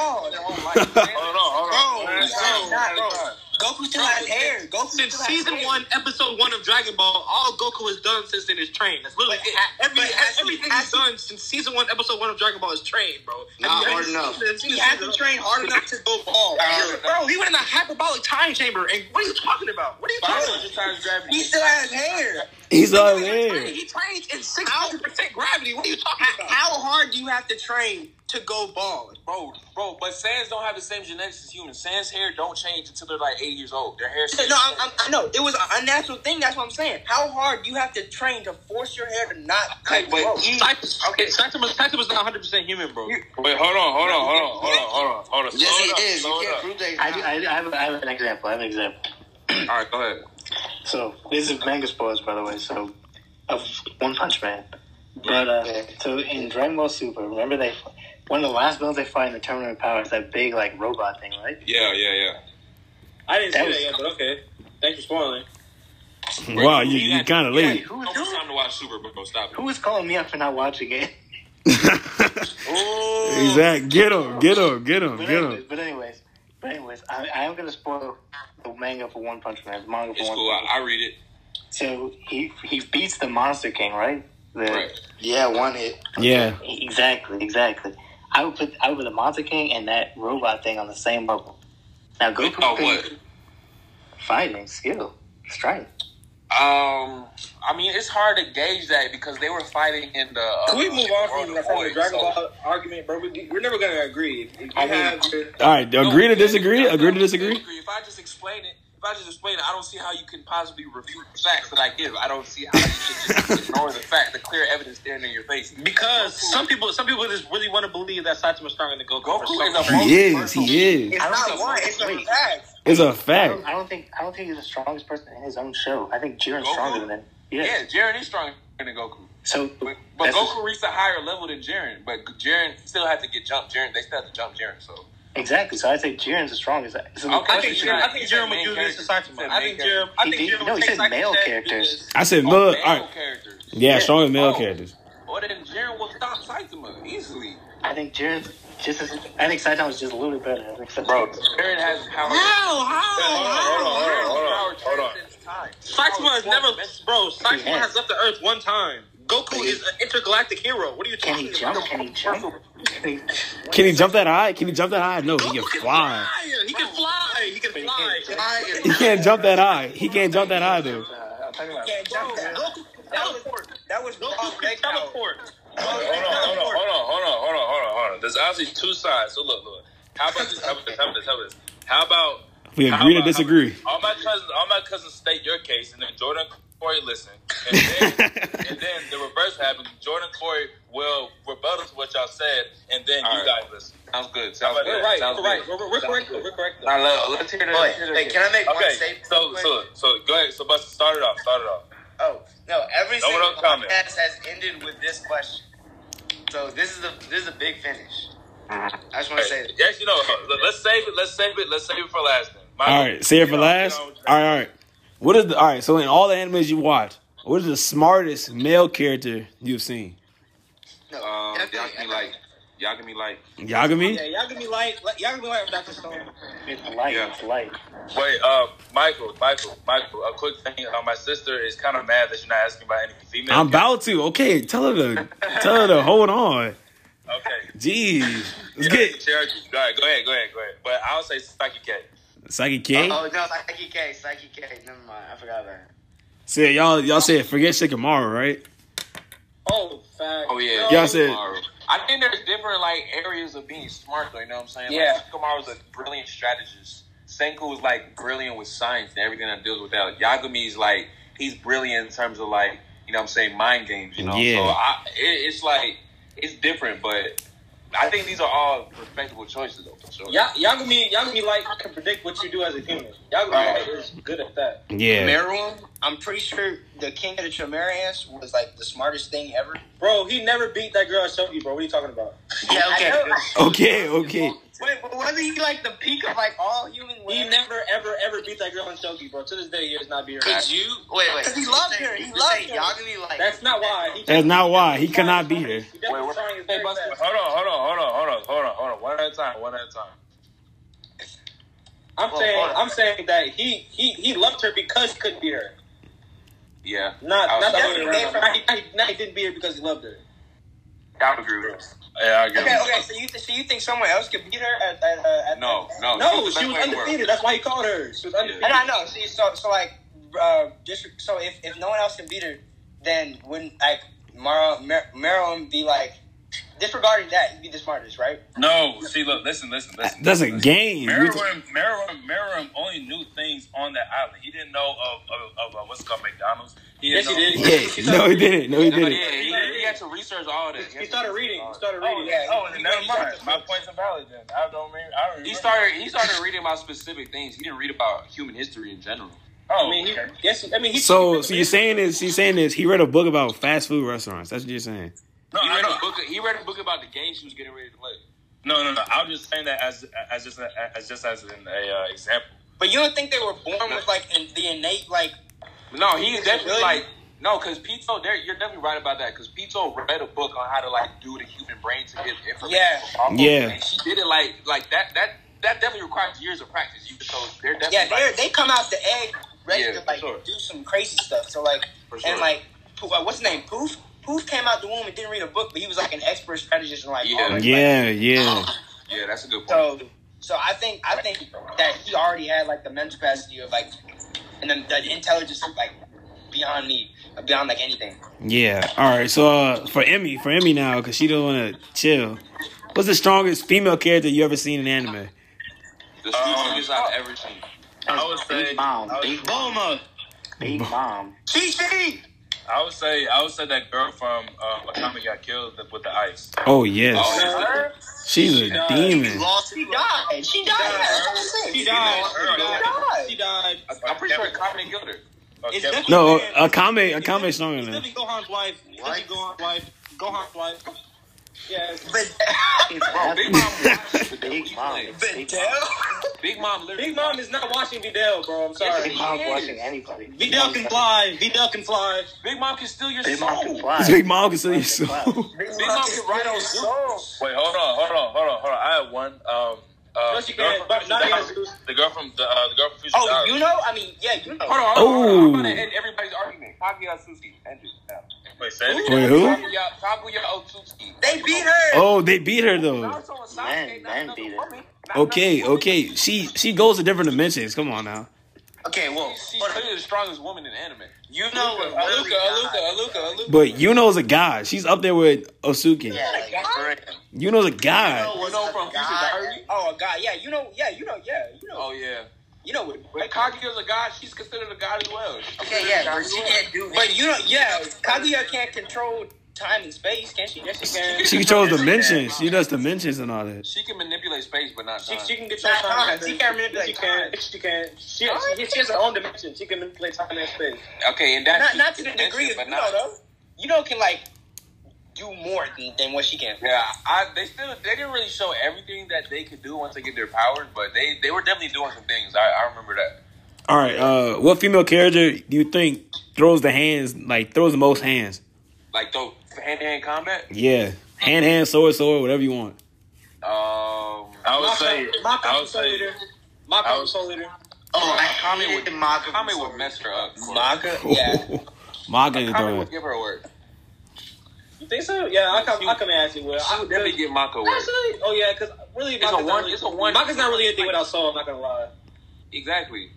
[SPEAKER 4] bald.
[SPEAKER 5] Hold on, hold on. One at a time, one at a time.
[SPEAKER 4] Goku still has hair. Goku
[SPEAKER 3] Since
[SPEAKER 4] still has
[SPEAKER 3] season
[SPEAKER 4] hair.
[SPEAKER 3] one, episode one of Dragon Ball, all Goku has done since then is train. That's literally
[SPEAKER 4] But
[SPEAKER 3] it.
[SPEAKER 4] ha-
[SPEAKER 3] Every,
[SPEAKER 4] but has he-
[SPEAKER 3] everything he's
[SPEAKER 4] has he-
[SPEAKER 3] done since season one, episode one of Dragon Ball is train, bro. Have
[SPEAKER 4] Not
[SPEAKER 3] you-
[SPEAKER 4] hard
[SPEAKER 3] have you
[SPEAKER 4] enough.
[SPEAKER 3] seen the- seen
[SPEAKER 4] He
[SPEAKER 3] the
[SPEAKER 4] hasn't
[SPEAKER 3] season?
[SPEAKER 4] trained hard enough to go bald.
[SPEAKER 3] Bro, he went in a hyperbolic time chamber, and what are you talking about? What are you talking about?
[SPEAKER 2] 500 times gravity.
[SPEAKER 4] He still has hair.
[SPEAKER 1] He's all
[SPEAKER 3] He
[SPEAKER 1] there.
[SPEAKER 3] trained- He trains in 600% gravity. What are you talking about?
[SPEAKER 4] How hard do you have to train to go bald?
[SPEAKER 2] Bro, bro, but Sans don't have the same genetics as humans. Sans hair don't change until they're like 80 years old. Their hair
[SPEAKER 4] No, I'm, I'm, I know it was an unnatural thing. That's what I'm saying. How hard do you have to train to force your hair to not
[SPEAKER 2] Okay, but
[SPEAKER 4] grow?
[SPEAKER 2] he-
[SPEAKER 3] Okay, Saitama's Saitama's not 100 percent human, bro.
[SPEAKER 5] Wait, hold on, hold on, hold on, hold on, hold on, hold on.
[SPEAKER 4] Yes, he
[SPEAKER 5] Slow it up,
[SPEAKER 4] is.
[SPEAKER 5] slow
[SPEAKER 4] You
[SPEAKER 5] it
[SPEAKER 4] can't
[SPEAKER 5] up.
[SPEAKER 4] prove that. he's
[SPEAKER 6] I, do,
[SPEAKER 4] not.
[SPEAKER 6] I, do, I, have, I have an example. I have an example.
[SPEAKER 2] All right, go ahead.
[SPEAKER 6] So this is manga spoilers, by the way. So of One Punch Man. But uh, so in Dragon Ball Super, remember they one of the last battles they fight in the Tournament of Power is that big like robot thing, right?
[SPEAKER 5] Yeah, yeah, yeah.
[SPEAKER 3] I didn't
[SPEAKER 6] That
[SPEAKER 3] see
[SPEAKER 6] was-
[SPEAKER 3] that yet, but okay. Thanks for spoiling.
[SPEAKER 1] Wow, you, you kind of late.
[SPEAKER 6] Who
[SPEAKER 5] Don't
[SPEAKER 6] was
[SPEAKER 5] time to watch Super, bro. Stop it.
[SPEAKER 6] who was calling me up for not watching it?
[SPEAKER 1] exactly. Get him, get him, get him,
[SPEAKER 6] But
[SPEAKER 1] get
[SPEAKER 6] anyways,
[SPEAKER 1] him.
[SPEAKER 6] but anyways, but anyways, I, I am gonna spoil the manga for One Punch Man. The manga for
[SPEAKER 5] It's
[SPEAKER 6] One
[SPEAKER 5] cool.
[SPEAKER 6] Punch Man.
[SPEAKER 5] I, I read it.
[SPEAKER 6] So he he beats the Monster King, right? The,
[SPEAKER 5] Right.
[SPEAKER 4] Yeah, one hit.
[SPEAKER 1] Yeah.
[SPEAKER 6] Exactly, exactly. I would put I would put the Monster King and that robot thing on the same level. Now Goku
[SPEAKER 5] Oh,
[SPEAKER 6] couldn't-
[SPEAKER 5] what?
[SPEAKER 6] fighting skill, strength.
[SPEAKER 2] Um, I mean, it's hard to gauge that because they were fighting in the. Uh,
[SPEAKER 3] Can we move on from, the- from the
[SPEAKER 2] void,
[SPEAKER 3] Dragon
[SPEAKER 2] so-
[SPEAKER 3] Ball argument, bro? We, we're never gonna agree. If you have your,
[SPEAKER 1] All right. Agree to disagree. Agree to disagree.
[SPEAKER 2] If I just explain it, if I just explain it, I don't see how you can possibly refute the facts that I give. I don't see how you can just ignore the fact, the clear evidence staring in your face.
[SPEAKER 3] because some people, some people just really want to believe that Satoru's stronger than Goku.
[SPEAKER 2] Goku
[SPEAKER 3] for some
[SPEAKER 2] is a
[SPEAKER 3] reason.
[SPEAKER 1] He is. He is.
[SPEAKER 4] It's not
[SPEAKER 6] think-
[SPEAKER 4] one. It's a
[SPEAKER 6] wait.
[SPEAKER 4] fact.
[SPEAKER 1] It's a
[SPEAKER 6] I
[SPEAKER 1] fact.
[SPEAKER 6] don't, I don't think I don't think he's the strongest person in his own show. I think Jiren's
[SPEAKER 2] Goku?
[SPEAKER 6] stronger than him. Yeah.
[SPEAKER 2] Yeah, Jiren is stronger than Goku.
[SPEAKER 6] So,
[SPEAKER 2] But, but
[SPEAKER 6] that's
[SPEAKER 2] Goku reached a higher level than Jiren, but Jiren still had to get jumped. Jiren, they still had to jump Jiren. So
[SPEAKER 6] exactly. So I say Jiren's the strongest. So the
[SPEAKER 2] Okay,
[SPEAKER 3] I
[SPEAKER 6] question
[SPEAKER 3] think
[SPEAKER 6] is,
[SPEAKER 2] He's
[SPEAKER 3] Jiren,
[SPEAKER 2] not-
[SPEAKER 3] I think
[SPEAKER 2] he's a
[SPEAKER 3] Jiren would
[SPEAKER 2] main
[SPEAKER 3] do
[SPEAKER 2] character.
[SPEAKER 3] this to Saitama.
[SPEAKER 2] He's a
[SPEAKER 3] I think
[SPEAKER 2] main
[SPEAKER 3] Jiren. I think
[SPEAKER 6] He did-
[SPEAKER 3] Jiren.
[SPEAKER 6] no,
[SPEAKER 3] would
[SPEAKER 6] he
[SPEAKER 3] take
[SPEAKER 6] said male
[SPEAKER 3] Saitama's ass
[SPEAKER 6] characters.
[SPEAKER 3] because-
[SPEAKER 1] I said,
[SPEAKER 2] all
[SPEAKER 1] look. All right.
[SPEAKER 2] characters.
[SPEAKER 1] Yeah, strong and male
[SPEAKER 2] Oh.
[SPEAKER 1] characters.
[SPEAKER 2] Or then Jiren will stop Saitama easily.
[SPEAKER 6] I think Jiren's just as I think Saitama's just a little bit better. I think so.
[SPEAKER 4] Bro,
[SPEAKER 2] Jiren has power.
[SPEAKER 5] Hold on,
[SPEAKER 2] Jiren's
[SPEAKER 5] hold on.
[SPEAKER 2] power transcends time.
[SPEAKER 3] Saitama has never, bro. Saitama
[SPEAKER 6] Yeah.
[SPEAKER 3] has left the Earth one time. Goku is an intergalactic hero. What are you
[SPEAKER 6] Can
[SPEAKER 3] talking
[SPEAKER 6] he
[SPEAKER 3] about?
[SPEAKER 6] jump? Can he jump?
[SPEAKER 1] Can he jump that high? Can he jump that high? No, he can
[SPEAKER 3] Goku
[SPEAKER 1] fly.
[SPEAKER 3] He can fly. He can fly. He can fly.
[SPEAKER 1] He can't jump that high. He can't jump that high, though.
[SPEAKER 3] Goku can teleport.
[SPEAKER 4] That was
[SPEAKER 3] Goku can teleport.
[SPEAKER 5] Hold on, hold on, hold on, hold on, hold on, hold on, hold on. There's obviously two sides. So look, look. How about this? How about this? How about this? How about this? How about
[SPEAKER 1] We
[SPEAKER 5] how
[SPEAKER 1] agree to
[SPEAKER 5] about-
[SPEAKER 1] disagree.
[SPEAKER 5] All my cousins, all my cousins state your case, and then Jordan Corey listen, and then, and then the reverse happened. Jordan Corey will rebut to what y'all said, and then you
[SPEAKER 2] All right.
[SPEAKER 5] guys listen.
[SPEAKER 2] Sounds good. Sounds
[SPEAKER 5] We're
[SPEAKER 2] good.
[SPEAKER 3] We're right.
[SPEAKER 2] Sounds
[SPEAKER 3] We're right.
[SPEAKER 2] good.
[SPEAKER 3] We're, we're correct. We're correct.
[SPEAKER 2] Now let, let's hear the.
[SPEAKER 4] Wait,
[SPEAKER 2] let's hear the-
[SPEAKER 4] wait, can I make one
[SPEAKER 5] Okay,
[SPEAKER 4] statement?
[SPEAKER 5] so
[SPEAKER 4] quick?
[SPEAKER 5] so so go ahead. So Buster, start it off. Start it off.
[SPEAKER 4] Oh no! Every
[SPEAKER 5] No
[SPEAKER 4] single
[SPEAKER 5] one else comment.
[SPEAKER 4] podcast has ended with this question. So this is a this is a big finish. I just want to say, that.
[SPEAKER 5] Yes, you know. uh, Let's save it. Let's save it. Let's save it for last. Then. My-
[SPEAKER 1] All right, save it for
[SPEAKER 5] you know,
[SPEAKER 1] last.
[SPEAKER 5] you
[SPEAKER 1] All
[SPEAKER 5] know,
[SPEAKER 1] right, all right. What is the all right? So in all the animes you watch, what is the smartest male character you've seen?
[SPEAKER 4] no,
[SPEAKER 2] Um,
[SPEAKER 4] definitely,
[SPEAKER 2] y'all give me like, y'all give me like.
[SPEAKER 3] Yeah,
[SPEAKER 1] Yagami.
[SPEAKER 3] y'all give me light. Y'all give me light with Doctor Stone.
[SPEAKER 6] It's light.
[SPEAKER 5] Yeah.
[SPEAKER 6] It's light.
[SPEAKER 5] Wait, uh, Michael, Michael, Michael. A quick thing. Uh, my sister is kind of mad that you're not asking about any female.
[SPEAKER 1] I'm about to. Okay, tell her to tell her to hold on.
[SPEAKER 5] Okay.
[SPEAKER 1] Jeez, let's
[SPEAKER 5] Cherokee,
[SPEAKER 1] get
[SPEAKER 5] Cherokee. Go ahead, go ahead, go ahead, go ahead. But I'll say Saki K.
[SPEAKER 1] Psychic K.
[SPEAKER 4] oh no, Psyche K, Psyche K. Never mind, I forgot about her.
[SPEAKER 1] Said y'all y'all said forget Shikamaru, right?
[SPEAKER 3] Oh, fact.
[SPEAKER 2] Oh yeah.
[SPEAKER 1] Y'all said-
[SPEAKER 2] I think there's different like areas of being smart though, you know what I'm saying?
[SPEAKER 3] Yeah.
[SPEAKER 2] Like Shikamaru's a brilliant strategist. Senku is like brilliant with science and everything that deals with that. Yagami's like he's brilliant in terms of like, you know what I'm saying, mind games, you know.
[SPEAKER 1] Yeah.
[SPEAKER 2] So I it, it's like it's different, but I think these are all respectable choices though for sure.
[SPEAKER 3] Y- Yagami, Yagami Light can predict what you do as a human. Yagami Light is good at that.
[SPEAKER 1] Yeah.
[SPEAKER 4] Meruem, I'm pretty sure the king of the Chimerians was like the smartest thing ever.
[SPEAKER 3] Bro, he never beat that girl at Shogi, bro. What are you talking about?
[SPEAKER 4] Yeah, okay.
[SPEAKER 1] Okay. Okay.
[SPEAKER 4] Wait, but wasn't he like the peak of like all human?
[SPEAKER 3] He never, ever, ever beat that girl in Shogi, bro. To this day, he has not beat her.
[SPEAKER 4] Did you? Wait, wait.
[SPEAKER 3] Because he loved her, he
[SPEAKER 4] You
[SPEAKER 3] loved
[SPEAKER 4] say
[SPEAKER 3] her.
[SPEAKER 4] Yagami like
[SPEAKER 3] That's not why. He
[SPEAKER 1] That's not why he could not be there.
[SPEAKER 3] He definitely
[SPEAKER 2] Wait,
[SPEAKER 3] trying his very
[SPEAKER 2] Buster.
[SPEAKER 3] best.
[SPEAKER 5] Hold on, hold on, hold on, hold on, hold on, hold on. One at a time, one at a time.
[SPEAKER 3] I'm
[SPEAKER 4] Well,
[SPEAKER 3] saying,
[SPEAKER 4] hold on.
[SPEAKER 3] I'm saying that he, he, he loved her because he couldn't beat her.
[SPEAKER 2] Yeah.
[SPEAKER 3] Not,
[SPEAKER 2] I was-
[SPEAKER 3] not the
[SPEAKER 2] I
[SPEAKER 3] other way
[SPEAKER 2] would-
[SPEAKER 3] around. Not, he, not, he- not he didn't beat her because he loved her.
[SPEAKER 2] I would agree with this.
[SPEAKER 5] Yeah, I agree.
[SPEAKER 4] Okay, okay. So you, so you think someone else could beat her at, at, uh, at
[SPEAKER 2] No, no.
[SPEAKER 3] No,
[SPEAKER 2] she's the best player
[SPEAKER 3] she was
[SPEAKER 2] in the world.
[SPEAKER 3] undefeated. That's why he called her. She was undefeated.
[SPEAKER 4] And I know. See, so so like, uh, just so if, if no one else can beat her, then wouldn't like Mara Mer- Meryl be like disregarding that? You'd be the smartest, right?
[SPEAKER 5] No, see, look, listen, listen, listen.
[SPEAKER 1] That's a
[SPEAKER 5] listen.
[SPEAKER 1] game.
[SPEAKER 5] Merrim, Merrim, Merrim only knew things on that island. He didn't know of, of, of uh, what's it called McDonald's. He
[SPEAKER 3] Yes,
[SPEAKER 5] didn't
[SPEAKER 3] he did.
[SPEAKER 5] know-
[SPEAKER 1] Yeah. No, he didn't. No, he
[SPEAKER 2] No, yeah,
[SPEAKER 1] didn't.
[SPEAKER 2] he, he had to research all that.
[SPEAKER 3] He started reading. He started
[SPEAKER 5] Oh,
[SPEAKER 3] reading.
[SPEAKER 5] yeah. Oh, then never
[SPEAKER 4] He
[SPEAKER 5] mind.
[SPEAKER 4] started-
[SPEAKER 5] My point's invalid then. I don't remember. I don't remember.
[SPEAKER 2] He started. He started reading about specific things. He didn't read about human history in general.
[SPEAKER 3] Oh, I mean, he, yes, I mean, he,
[SPEAKER 1] So,
[SPEAKER 3] he-
[SPEAKER 1] so you're saying is he's saying is he read a book about fast food restaurants. That's what you're saying.
[SPEAKER 5] No,
[SPEAKER 2] He
[SPEAKER 5] I
[SPEAKER 2] read
[SPEAKER 5] know.
[SPEAKER 2] a book. He read a book about the game she was getting ready to play.
[SPEAKER 5] No, no, no. I was just saying that as as just as just as an uh, example.
[SPEAKER 4] But you don't think they were born with like in, the innate like?
[SPEAKER 2] No, he's definitely
[SPEAKER 4] Really?
[SPEAKER 2] like no, because Pito. There, you're definitely right about that. Because Pito read a book on how to like do the human brain to get information.
[SPEAKER 4] Yeah.
[SPEAKER 2] from all of
[SPEAKER 1] Yeah.
[SPEAKER 2] it, And she did it like like that. That that definitely requires years of practice. You so they're definitely
[SPEAKER 4] Yeah, they
[SPEAKER 2] like,
[SPEAKER 4] they come out the egg ready
[SPEAKER 2] Yeah,
[SPEAKER 4] to
[SPEAKER 2] for
[SPEAKER 4] like
[SPEAKER 2] sure.
[SPEAKER 4] do some crazy stuff. So like
[SPEAKER 2] For sure.
[SPEAKER 4] and like Poof, uh, what's his name? Poof. Poof came out the womb and didn't read a book, but he was like an expert strategist and like
[SPEAKER 2] Yeah.
[SPEAKER 4] all that.
[SPEAKER 1] Yeah, yeah.
[SPEAKER 2] yeah, that's a good point.
[SPEAKER 4] So, so I think I think that he already had like the mental capacity of like, and then the intelligence of like beyond me, uh, beyond like anything.
[SPEAKER 1] Yeah. All right. So uh, for Emmy, for Emmy now, because she don't want to chill. What's the strongest female character you ever seen in anime?
[SPEAKER 2] the strongest I've ever seen.
[SPEAKER 5] I would say
[SPEAKER 6] Big mom,
[SPEAKER 5] I would-
[SPEAKER 6] big mom, big mom.
[SPEAKER 5] I would say I would say that girl from uh, Akame got killed with the ice.
[SPEAKER 1] Oh yes,
[SPEAKER 2] Oh,
[SPEAKER 1] she's a demon.
[SPEAKER 4] She died. She died.
[SPEAKER 3] She
[SPEAKER 4] She died.
[SPEAKER 3] died. She died.
[SPEAKER 4] died.
[SPEAKER 3] She died.
[SPEAKER 2] it's- I'm pretty sure Kami killed her.
[SPEAKER 5] Uh,
[SPEAKER 3] It's
[SPEAKER 5] Kevin-
[SPEAKER 3] definitely-
[SPEAKER 1] No, Akame,
[SPEAKER 3] It's
[SPEAKER 1] Akame
[SPEAKER 3] living-
[SPEAKER 1] is stronger
[SPEAKER 3] it's
[SPEAKER 1] than. her.
[SPEAKER 3] living Gohan's life. It's living Gohan's life. Gohan's life. Yes.
[SPEAKER 4] But,
[SPEAKER 2] Bro, Big Mom watched the dude.
[SPEAKER 6] Big mom,
[SPEAKER 2] What you
[SPEAKER 4] but Dell.
[SPEAKER 2] saying? Big Mom literally.
[SPEAKER 3] Big Mom is not watching Videl, bro. I'm
[SPEAKER 6] big
[SPEAKER 3] sorry.
[SPEAKER 6] mom's watching anybody.
[SPEAKER 3] Videl can fly. Videl can fly.
[SPEAKER 2] Big Mom can steal your
[SPEAKER 6] Big
[SPEAKER 2] soul.
[SPEAKER 6] mom can fly.
[SPEAKER 1] This big mom can see you so.
[SPEAKER 2] Big Mom can ride on souls.
[SPEAKER 5] Wait, hold on, hold on, hold on, hold on. I have one. Um, uh,
[SPEAKER 3] No, she
[SPEAKER 5] the girl
[SPEAKER 3] can't,
[SPEAKER 5] from
[SPEAKER 3] but
[SPEAKER 5] Future
[SPEAKER 3] not
[SPEAKER 5] Diaries-
[SPEAKER 3] even-
[SPEAKER 5] the girl from the, uh, the girl from Future
[SPEAKER 4] Oh,
[SPEAKER 5] Diaries.
[SPEAKER 4] you know? I mean, yeah, you know.
[SPEAKER 2] Hold on, hold on, hold on. I'm
[SPEAKER 1] Oh.
[SPEAKER 2] gonna end everybody's argument. Kaguya Otsutsuki. End it. now.
[SPEAKER 5] Wait, say it again.
[SPEAKER 1] Wait, who?
[SPEAKER 2] Kaguya, Kaguya Otsutsuki.
[SPEAKER 4] They beat her.
[SPEAKER 1] Oh, they beat her though.
[SPEAKER 2] Naruto and Sasuke, not
[SPEAKER 6] Man, man
[SPEAKER 2] another
[SPEAKER 6] beat her.
[SPEAKER 2] woman. Not
[SPEAKER 1] Okay,
[SPEAKER 2] another woman.
[SPEAKER 1] okay. She she goes to different dimensions. Come on now.
[SPEAKER 4] Okay, well,
[SPEAKER 2] She's clearly the strongest woman in anime.
[SPEAKER 4] you know what?
[SPEAKER 3] Aluka, Aluka, Aluka, Aluka.
[SPEAKER 1] But Yuno's a guy. She's up there with Osuke.
[SPEAKER 4] Like,
[SPEAKER 1] Yuno's a guy.
[SPEAKER 4] was
[SPEAKER 2] know
[SPEAKER 4] a
[SPEAKER 2] from Future
[SPEAKER 4] god.
[SPEAKER 2] Diary?
[SPEAKER 4] Oh, a god. Yeah, you know. Yeah, you know. Yeah, you know.
[SPEAKER 2] Oh yeah.
[SPEAKER 4] You know what?
[SPEAKER 2] When Kaguya's a god, she's considered a god as well. She's
[SPEAKER 4] Okay,
[SPEAKER 2] considered a
[SPEAKER 4] yeah,
[SPEAKER 2] god
[SPEAKER 4] but
[SPEAKER 2] as
[SPEAKER 4] she
[SPEAKER 2] well.
[SPEAKER 4] can't do. But you know, yeah, Kaguya can't control time and space, can she? Yes, she can.
[SPEAKER 1] She controls dimensions. She does dimensions and all that.
[SPEAKER 2] She can manipulate space, but not
[SPEAKER 3] She,
[SPEAKER 2] time.
[SPEAKER 3] she can control
[SPEAKER 4] Not
[SPEAKER 3] time.
[SPEAKER 4] time. She can't manipulate
[SPEAKER 3] She can.
[SPEAKER 4] time.
[SPEAKER 3] She can. She, she, she has her own dimension. She can manipulate time and space.
[SPEAKER 2] okay, and that's
[SPEAKER 4] Not, not to the degree of you know, though. You know, can like do more than, than what she can.
[SPEAKER 2] Yeah, I, they still they didn't really show everything that they could do once they get their powers, but they they were definitely doing some things. I, I remember that.
[SPEAKER 1] All right. Uh, what female character do you think throws the hands like throws the most hands?
[SPEAKER 2] Like the hand to hand combat.
[SPEAKER 1] Yeah, hand hand sword sword whatever you want.
[SPEAKER 2] Um,
[SPEAKER 5] I would say, I would say,
[SPEAKER 3] My
[SPEAKER 5] I would-
[SPEAKER 3] console leader.
[SPEAKER 4] Oh, I
[SPEAKER 2] Kami would
[SPEAKER 4] Maka.
[SPEAKER 2] Kami would mess her up.
[SPEAKER 4] Maka. Yeah.
[SPEAKER 1] Maga is
[SPEAKER 2] Kami
[SPEAKER 1] throwing.
[SPEAKER 2] would give her a work.
[SPEAKER 3] You think so? Yeah, I come. I come and actually will.
[SPEAKER 2] She
[SPEAKER 3] I
[SPEAKER 2] would definitely give Maka a work.
[SPEAKER 3] Actually, oh yeah, because really,
[SPEAKER 2] It's a
[SPEAKER 3] Maka's not
[SPEAKER 2] one-
[SPEAKER 3] really-
[SPEAKER 2] it's a one-
[SPEAKER 3] Maka's not really anything without soul. I'm not gonna lie.
[SPEAKER 2] Exactly.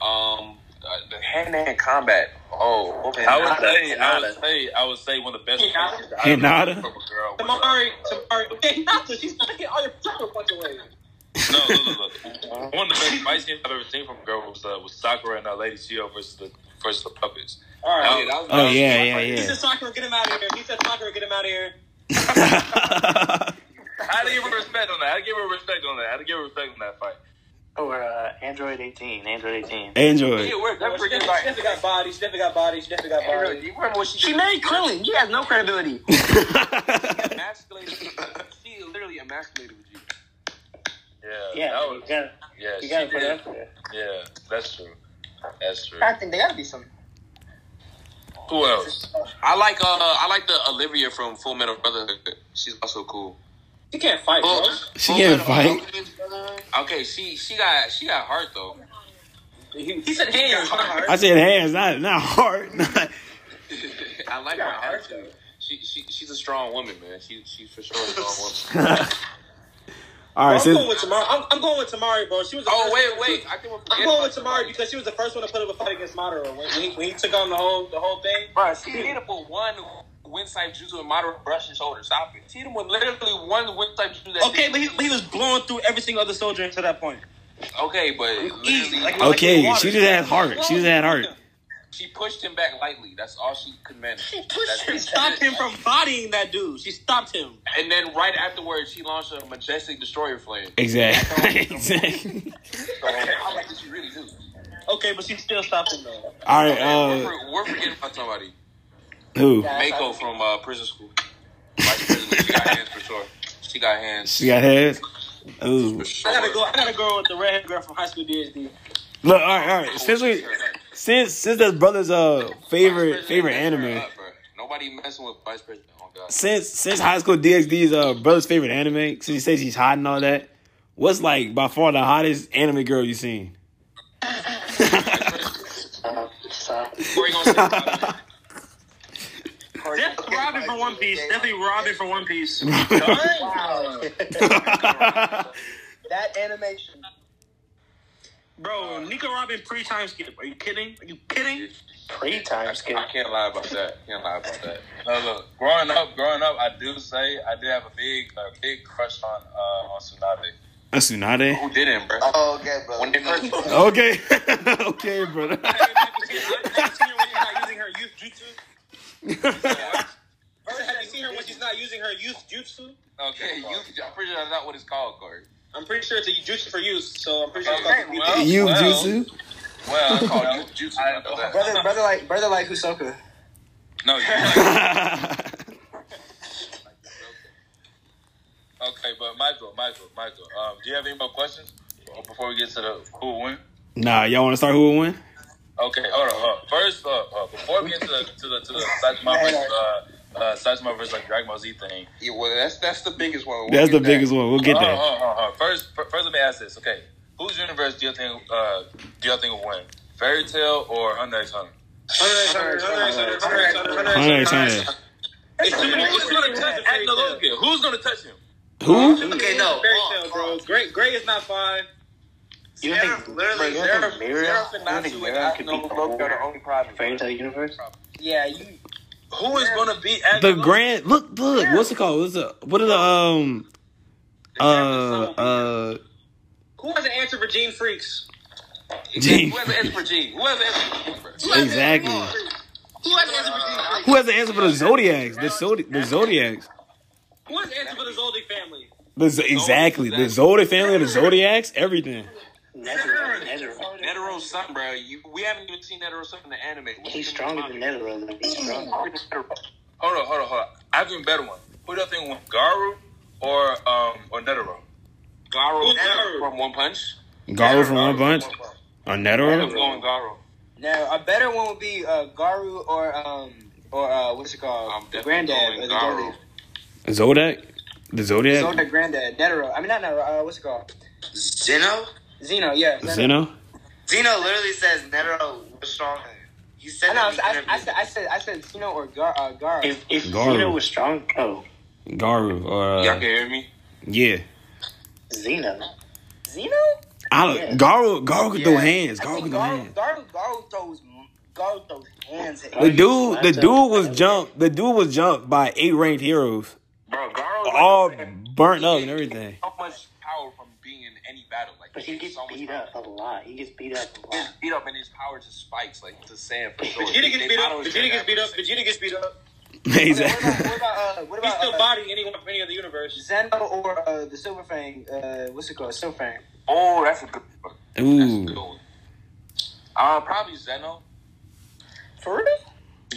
[SPEAKER 2] Um, uh, the hand to hand combat. Oh, okay.
[SPEAKER 5] I would
[SPEAKER 6] Hinata,
[SPEAKER 5] say, I would
[SPEAKER 6] Hinata.
[SPEAKER 5] say, I would say one of the best.
[SPEAKER 3] Hinata.
[SPEAKER 1] Hinata?
[SPEAKER 5] From a girl. was, uh,
[SPEAKER 3] Tamari, Tamari, okay, not Oh, to. She's taking all your proper points away.
[SPEAKER 5] No, look, look, look. One of the best fight scenes I've ever seen from a girl was uh, was Sakura and uh, Lady Shio versus the versus the puppets.
[SPEAKER 3] All
[SPEAKER 5] That
[SPEAKER 3] right.
[SPEAKER 5] was-
[SPEAKER 2] was-
[SPEAKER 1] Oh yeah, yeah,
[SPEAKER 3] He
[SPEAKER 1] yeah.
[SPEAKER 3] said Sakura, get him out of here. He said Sakura, get him out of here.
[SPEAKER 5] I had to give her respect on that. I had to give her respect on that. I had to give her respect on that fight.
[SPEAKER 6] Or uh, Android 18, Android 18.
[SPEAKER 1] Android.
[SPEAKER 2] Yeah, we're
[SPEAKER 3] She
[SPEAKER 2] definitely
[SPEAKER 3] definitely, she
[SPEAKER 2] like.
[SPEAKER 3] definitely got body. She definitely got body. She definitely got
[SPEAKER 2] Hey,
[SPEAKER 3] body.
[SPEAKER 2] really, you remember when she
[SPEAKER 4] She
[SPEAKER 2] did-
[SPEAKER 4] married Krillin. He has no credibility.
[SPEAKER 2] emasculated. She literally emasculated with you.
[SPEAKER 5] Yeah,
[SPEAKER 6] Yeah,
[SPEAKER 5] that
[SPEAKER 6] you
[SPEAKER 5] was,
[SPEAKER 6] gotta,
[SPEAKER 5] yeah,
[SPEAKER 6] you
[SPEAKER 5] she
[SPEAKER 6] gotta put it
[SPEAKER 5] did.
[SPEAKER 6] up there.
[SPEAKER 5] Yeah, that's true. That's true.
[SPEAKER 4] I think they gotta be some.
[SPEAKER 5] Who else?
[SPEAKER 2] I like uh I like the Olivia from Full Metal Brotherhood. She's also cool.
[SPEAKER 3] She can't fight, bro.
[SPEAKER 2] Oh.
[SPEAKER 1] She can't fight.
[SPEAKER 2] Okay, she she got she got heart though.
[SPEAKER 3] He, he said hands.
[SPEAKER 1] I said hands, not not heart. Not.
[SPEAKER 2] I like her
[SPEAKER 3] got heart,
[SPEAKER 2] attitude. She, she she's a strong woman, man. She she's for sure a strong woman.
[SPEAKER 1] All right,
[SPEAKER 3] I'm going
[SPEAKER 1] since
[SPEAKER 3] with Tamari. I'm, I'm going with Tamari, bro. She was. the
[SPEAKER 2] Oh
[SPEAKER 3] first-
[SPEAKER 2] wait wait, I think we're
[SPEAKER 3] I'm
[SPEAKER 2] forgetting
[SPEAKER 3] going with
[SPEAKER 2] about
[SPEAKER 3] Tamari because she was the first one to put up a fight against Madara when, when, he, when he took on the whole the whole thing.
[SPEAKER 2] Bruh, she hit him with one windside jutsu and moderate brush his shoulder. Stop it. She hit him with literally one windside jutsu. That
[SPEAKER 3] Okay, but he, but he was blowing through every single other soldier until that point.
[SPEAKER 2] okay, but
[SPEAKER 3] Easy, like-
[SPEAKER 2] literally,
[SPEAKER 1] okay, she just had heart. She just had heart.
[SPEAKER 2] she pushed him back lightly. That's all she could manage. She
[SPEAKER 3] She stopped him from bodying that dude. She stopped him.
[SPEAKER 2] And then right afterwards, she launched a majestic destroyer flame.
[SPEAKER 1] Exactly. exactly.
[SPEAKER 2] So, how much did she really do?
[SPEAKER 3] Okay, but she's still stopping though.
[SPEAKER 1] All right,
[SPEAKER 2] Hey, we're,
[SPEAKER 1] uh,
[SPEAKER 2] for- we're forgetting about somebody.
[SPEAKER 1] who?
[SPEAKER 2] Mako from uh, prison school. Vice president. She got hands for sure. She got hands.
[SPEAKER 1] She got heads. Ooh.
[SPEAKER 2] For
[SPEAKER 3] I
[SPEAKER 2] sure.
[SPEAKER 3] gotta go. I gotta go with the redhead girl from high school DSD.
[SPEAKER 1] Look, all right, all right. Since we, since since that's brother's uh favorite
[SPEAKER 2] Vice president,
[SPEAKER 1] favorite
[SPEAKER 2] that's her
[SPEAKER 1] anime.
[SPEAKER 2] up, bro. Nobody messing with vice president. Oh god.
[SPEAKER 1] Since since High School DxD's uh brother's favorite anime, since he says he's hot and all that, what's like by far the hottest anime girl you seen?
[SPEAKER 6] Stop. Stop.
[SPEAKER 2] Where you gonna sit?
[SPEAKER 3] Definitely Robin from One Piece. Definitely Robin from One Piece.
[SPEAKER 4] Wow. that animation.
[SPEAKER 3] Bro, Nico Robin pre time skip. Are you kidding? Are you kidding?
[SPEAKER 6] Pre time skip.
[SPEAKER 2] I can't lie about that. Can't lie about that.
[SPEAKER 5] No, look, growing up, growing up, I do say I did have a big, a big crush on uh, on Tsunade.
[SPEAKER 1] That's Tsunade.
[SPEAKER 2] Who didn't, bro?
[SPEAKER 4] Oh, okay, bro.
[SPEAKER 2] When they first-
[SPEAKER 1] Okay, okay, brother.
[SPEAKER 3] Have you seen her when she's not using her youth jutsu? Have you seen her when she's not using her youth jutsu?
[SPEAKER 5] Okay,
[SPEAKER 2] Okay,
[SPEAKER 5] bro.
[SPEAKER 2] you, I'm pretty sure that's not what it's called, Corey.
[SPEAKER 3] I'm pretty sure it's a jutsu for youth, so I'm pretty sure it's
[SPEAKER 5] Okay,
[SPEAKER 3] called youth
[SPEAKER 5] well.
[SPEAKER 3] jutsu.
[SPEAKER 1] you
[SPEAKER 5] well.
[SPEAKER 1] Jutsu.
[SPEAKER 5] well,
[SPEAKER 2] It's called Oh, you, jutsu.
[SPEAKER 5] I-
[SPEAKER 2] I, that.
[SPEAKER 4] brother, brother like brother like Husoka.
[SPEAKER 5] no, you okay, but Michael, Michael, Michael, um, do you have any more questions before we get to the who win?
[SPEAKER 1] nah, y'all want to start who will win?
[SPEAKER 5] Okay, hold on. Hold on. First, uh, uh, before we get to the to the to the Sajima versus uh, uh, Sajima versus like Dragon Ball Z thing,
[SPEAKER 2] Yeah, well, that's that's the biggest one. We'll
[SPEAKER 1] That's the
[SPEAKER 2] get
[SPEAKER 1] biggest one. Oh, We'll get Oh,
[SPEAKER 5] hold on,
[SPEAKER 1] there.
[SPEAKER 5] hold on, hold on, hold on. First, fir- first, let me ask this. Okay, whose universe do you think uh, do you think will win? Fairy Tale or Hunter X Hunter?
[SPEAKER 1] Hunter x Hunter.
[SPEAKER 3] It's too many. It's too many types of fairy
[SPEAKER 5] At the
[SPEAKER 3] tale.
[SPEAKER 5] Logan, who's gonna touch him?
[SPEAKER 1] Who?
[SPEAKER 4] Okay, no.
[SPEAKER 3] Fairy tale, bro. Gray, gray is not fine.
[SPEAKER 6] You don't think
[SPEAKER 2] Literally,
[SPEAKER 6] you
[SPEAKER 2] Zero,
[SPEAKER 6] don't think Miriam,
[SPEAKER 2] Zero
[SPEAKER 6] you don't think
[SPEAKER 2] Finazzo and
[SPEAKER 6] Miriam could
[SPEAKER 2] Abno
[SPEAKER 6] be
[SPEAKER 2] both are the
[SPEAKER 6] before
[SPEAKER 2] only problem.
[SPEAKER 6] Fairy Tale Universe?
[SPEAKER 4] Yeah, you.
[SPEAKER 5] Who is gonna be at
[SPEAKER 1] The grand look, look. What's it called? What's the what are the um uh uh
[SPEAKER 3] Who has an answer for Gene Freaks?
[SPEAKER 1] Gene?
[SPEAKER 2] Who has an S for G? Who has an S for G?
[SPEAKER 1] Exactly. uh, Who has the answer for the zodiacs? The zodi- the zodiacs.
[SPEAKER 3] Who has an answer for the Zoldy family?
[SPEAKER 1] The z- exactly the Zodi family, the zodiacs, everything.
[SPEAKER 6] Netero. Netero.
[SPEAKER 2] Netero Sun, bro. You, we haven't even seen Netero Sun in the anime. We
[SPEAKER 6] He's
[SPEAKER 2] can-
[SPEAKER 6] stronger than Netero. Though. He's strong.
[SPEAKER 2] Netero.
[SPEAKER 5] Hold on, hold on, hold on. I have an even better one. Who do you think won, Garu or um or Netero?
[SPEAKER 2] Garo
[SPEAKER 3] Who's Garo?
[SPEAKER 2] from One Punch.
[SPEAKER 1] Garo from One Punch, or
[SPEAKER 2] I'm
[SPEAKER 1] Netero.
[SPEAKER 2] going Garo.
[SPEAKER 4] Now a better one would be uh, Garu or um or uh, what's it called?
[SPEAKER 2] I'm
[SPEAKER 4] the
[SPEAKER 2] definitely
[SPEAKER 4] granddad.
[SPEAKER 2] going
[SPEAKER 4] Or the
[SPEAKER 2] Garu.
[SPEAKER 4] Zoldy.
[SPEAKER 1] Zodiac, the zodiac.
[SPEAKER 4] Zoldy granddad. Netero. I mean not Netero. Uh, what's it called?
[SPEAKER 7] Zeno?
[SPEAKER 4] Zeno. Yeah.
[SPEAKER 1] Zeno.
[SPEAKER 7] Zeno literally says Netero was stronger. He said
[SPEAKER 4] I know. I,
[SPEAKER 7] that
[SPEAKER 4] I,
[SPEAKER 7] in the
[SPEAKER 4] I, said, I said I said Zeno or Gar, uh, Garu.
[SPEAKER 6] If if
[SPEAKER 1] Garu.
[SPEAKER 6] Zeno was strong, oh
[SPEAKER 1] Garu or
[SPEAKER 2] Y'all can
[SPEAKER 1] uh,
[SPEAKER 2] hear me?
[SPEAKER 1] yeah.
[SPEAKER 6] Zeno.
[SPEAKER 4] Zeno?
[SPEAKER 1] I don't, Garo Garo can throw hands.
[SPEAKER 4] I
[SPEAKER 1] Garo can
[SPEAKER 4] think
[SPEAKER 1] throw
[SPEAKER 4] Garu,
[SPEAKER 1] hands.
[SPEAKER 4] Garu, Garu throws Garu throws hands at
[SPEAKER 1] The dude, the dude was jumped. The dude was jumped by eight ranked heroes,
[SPEAKER 2] Bro,
[SPEAKER 4] Oh,
[SPEAKER 2] Garo's like
[SPEAKER 1] all
[SPEAKER 2] a man.
[SPEAKER 1] burnt up and everything.
[SPEAKER 2] So much power from being in any battle. Like,
[SPEAKER 6] But he gets
[SPEAKER 2] so much
[SPEAKER 6] beat
[SPEAKER 2] power.
[SPEAKER 6] up a lot. He gets beat up a
[SPEAKER 2] He
[SPEAKER 6] lot.
[SPEAKER 2] gets beat up and his power just spikes like to sand for sure.
[SPEAKER 3] Vegeta gets
[SPEAKER 2] They
[SPEAKER 3] beat up.
[SPEAKER 2] modeled
[SPEAKER 3] Vegeta gets
[SPEAKER 2] that
[SPEAKER 3] beat up.
[SPEAKER 2] after
[SPEAKER 3] Vegeta gets beat up.
[SPEAKER 1] Exactly.
[SPEAKER 4] What about, what about, uh, what
[SPEAKER 3] He's still
[SPEAKER 4] about uh,
[SPEAKER 3] body anyone from any other universe.
[SPEAKER 4] Zeno or uh, the Silver Fang? Uh, what's it called? Silver Fang.
[SPEAKER 2] Oh, that's a good one. That's a good
[SPEAKER 1] Ooh,
[SPEAKER 2] one. Uh, probably Zeno.
[SPEAKER 4] For real?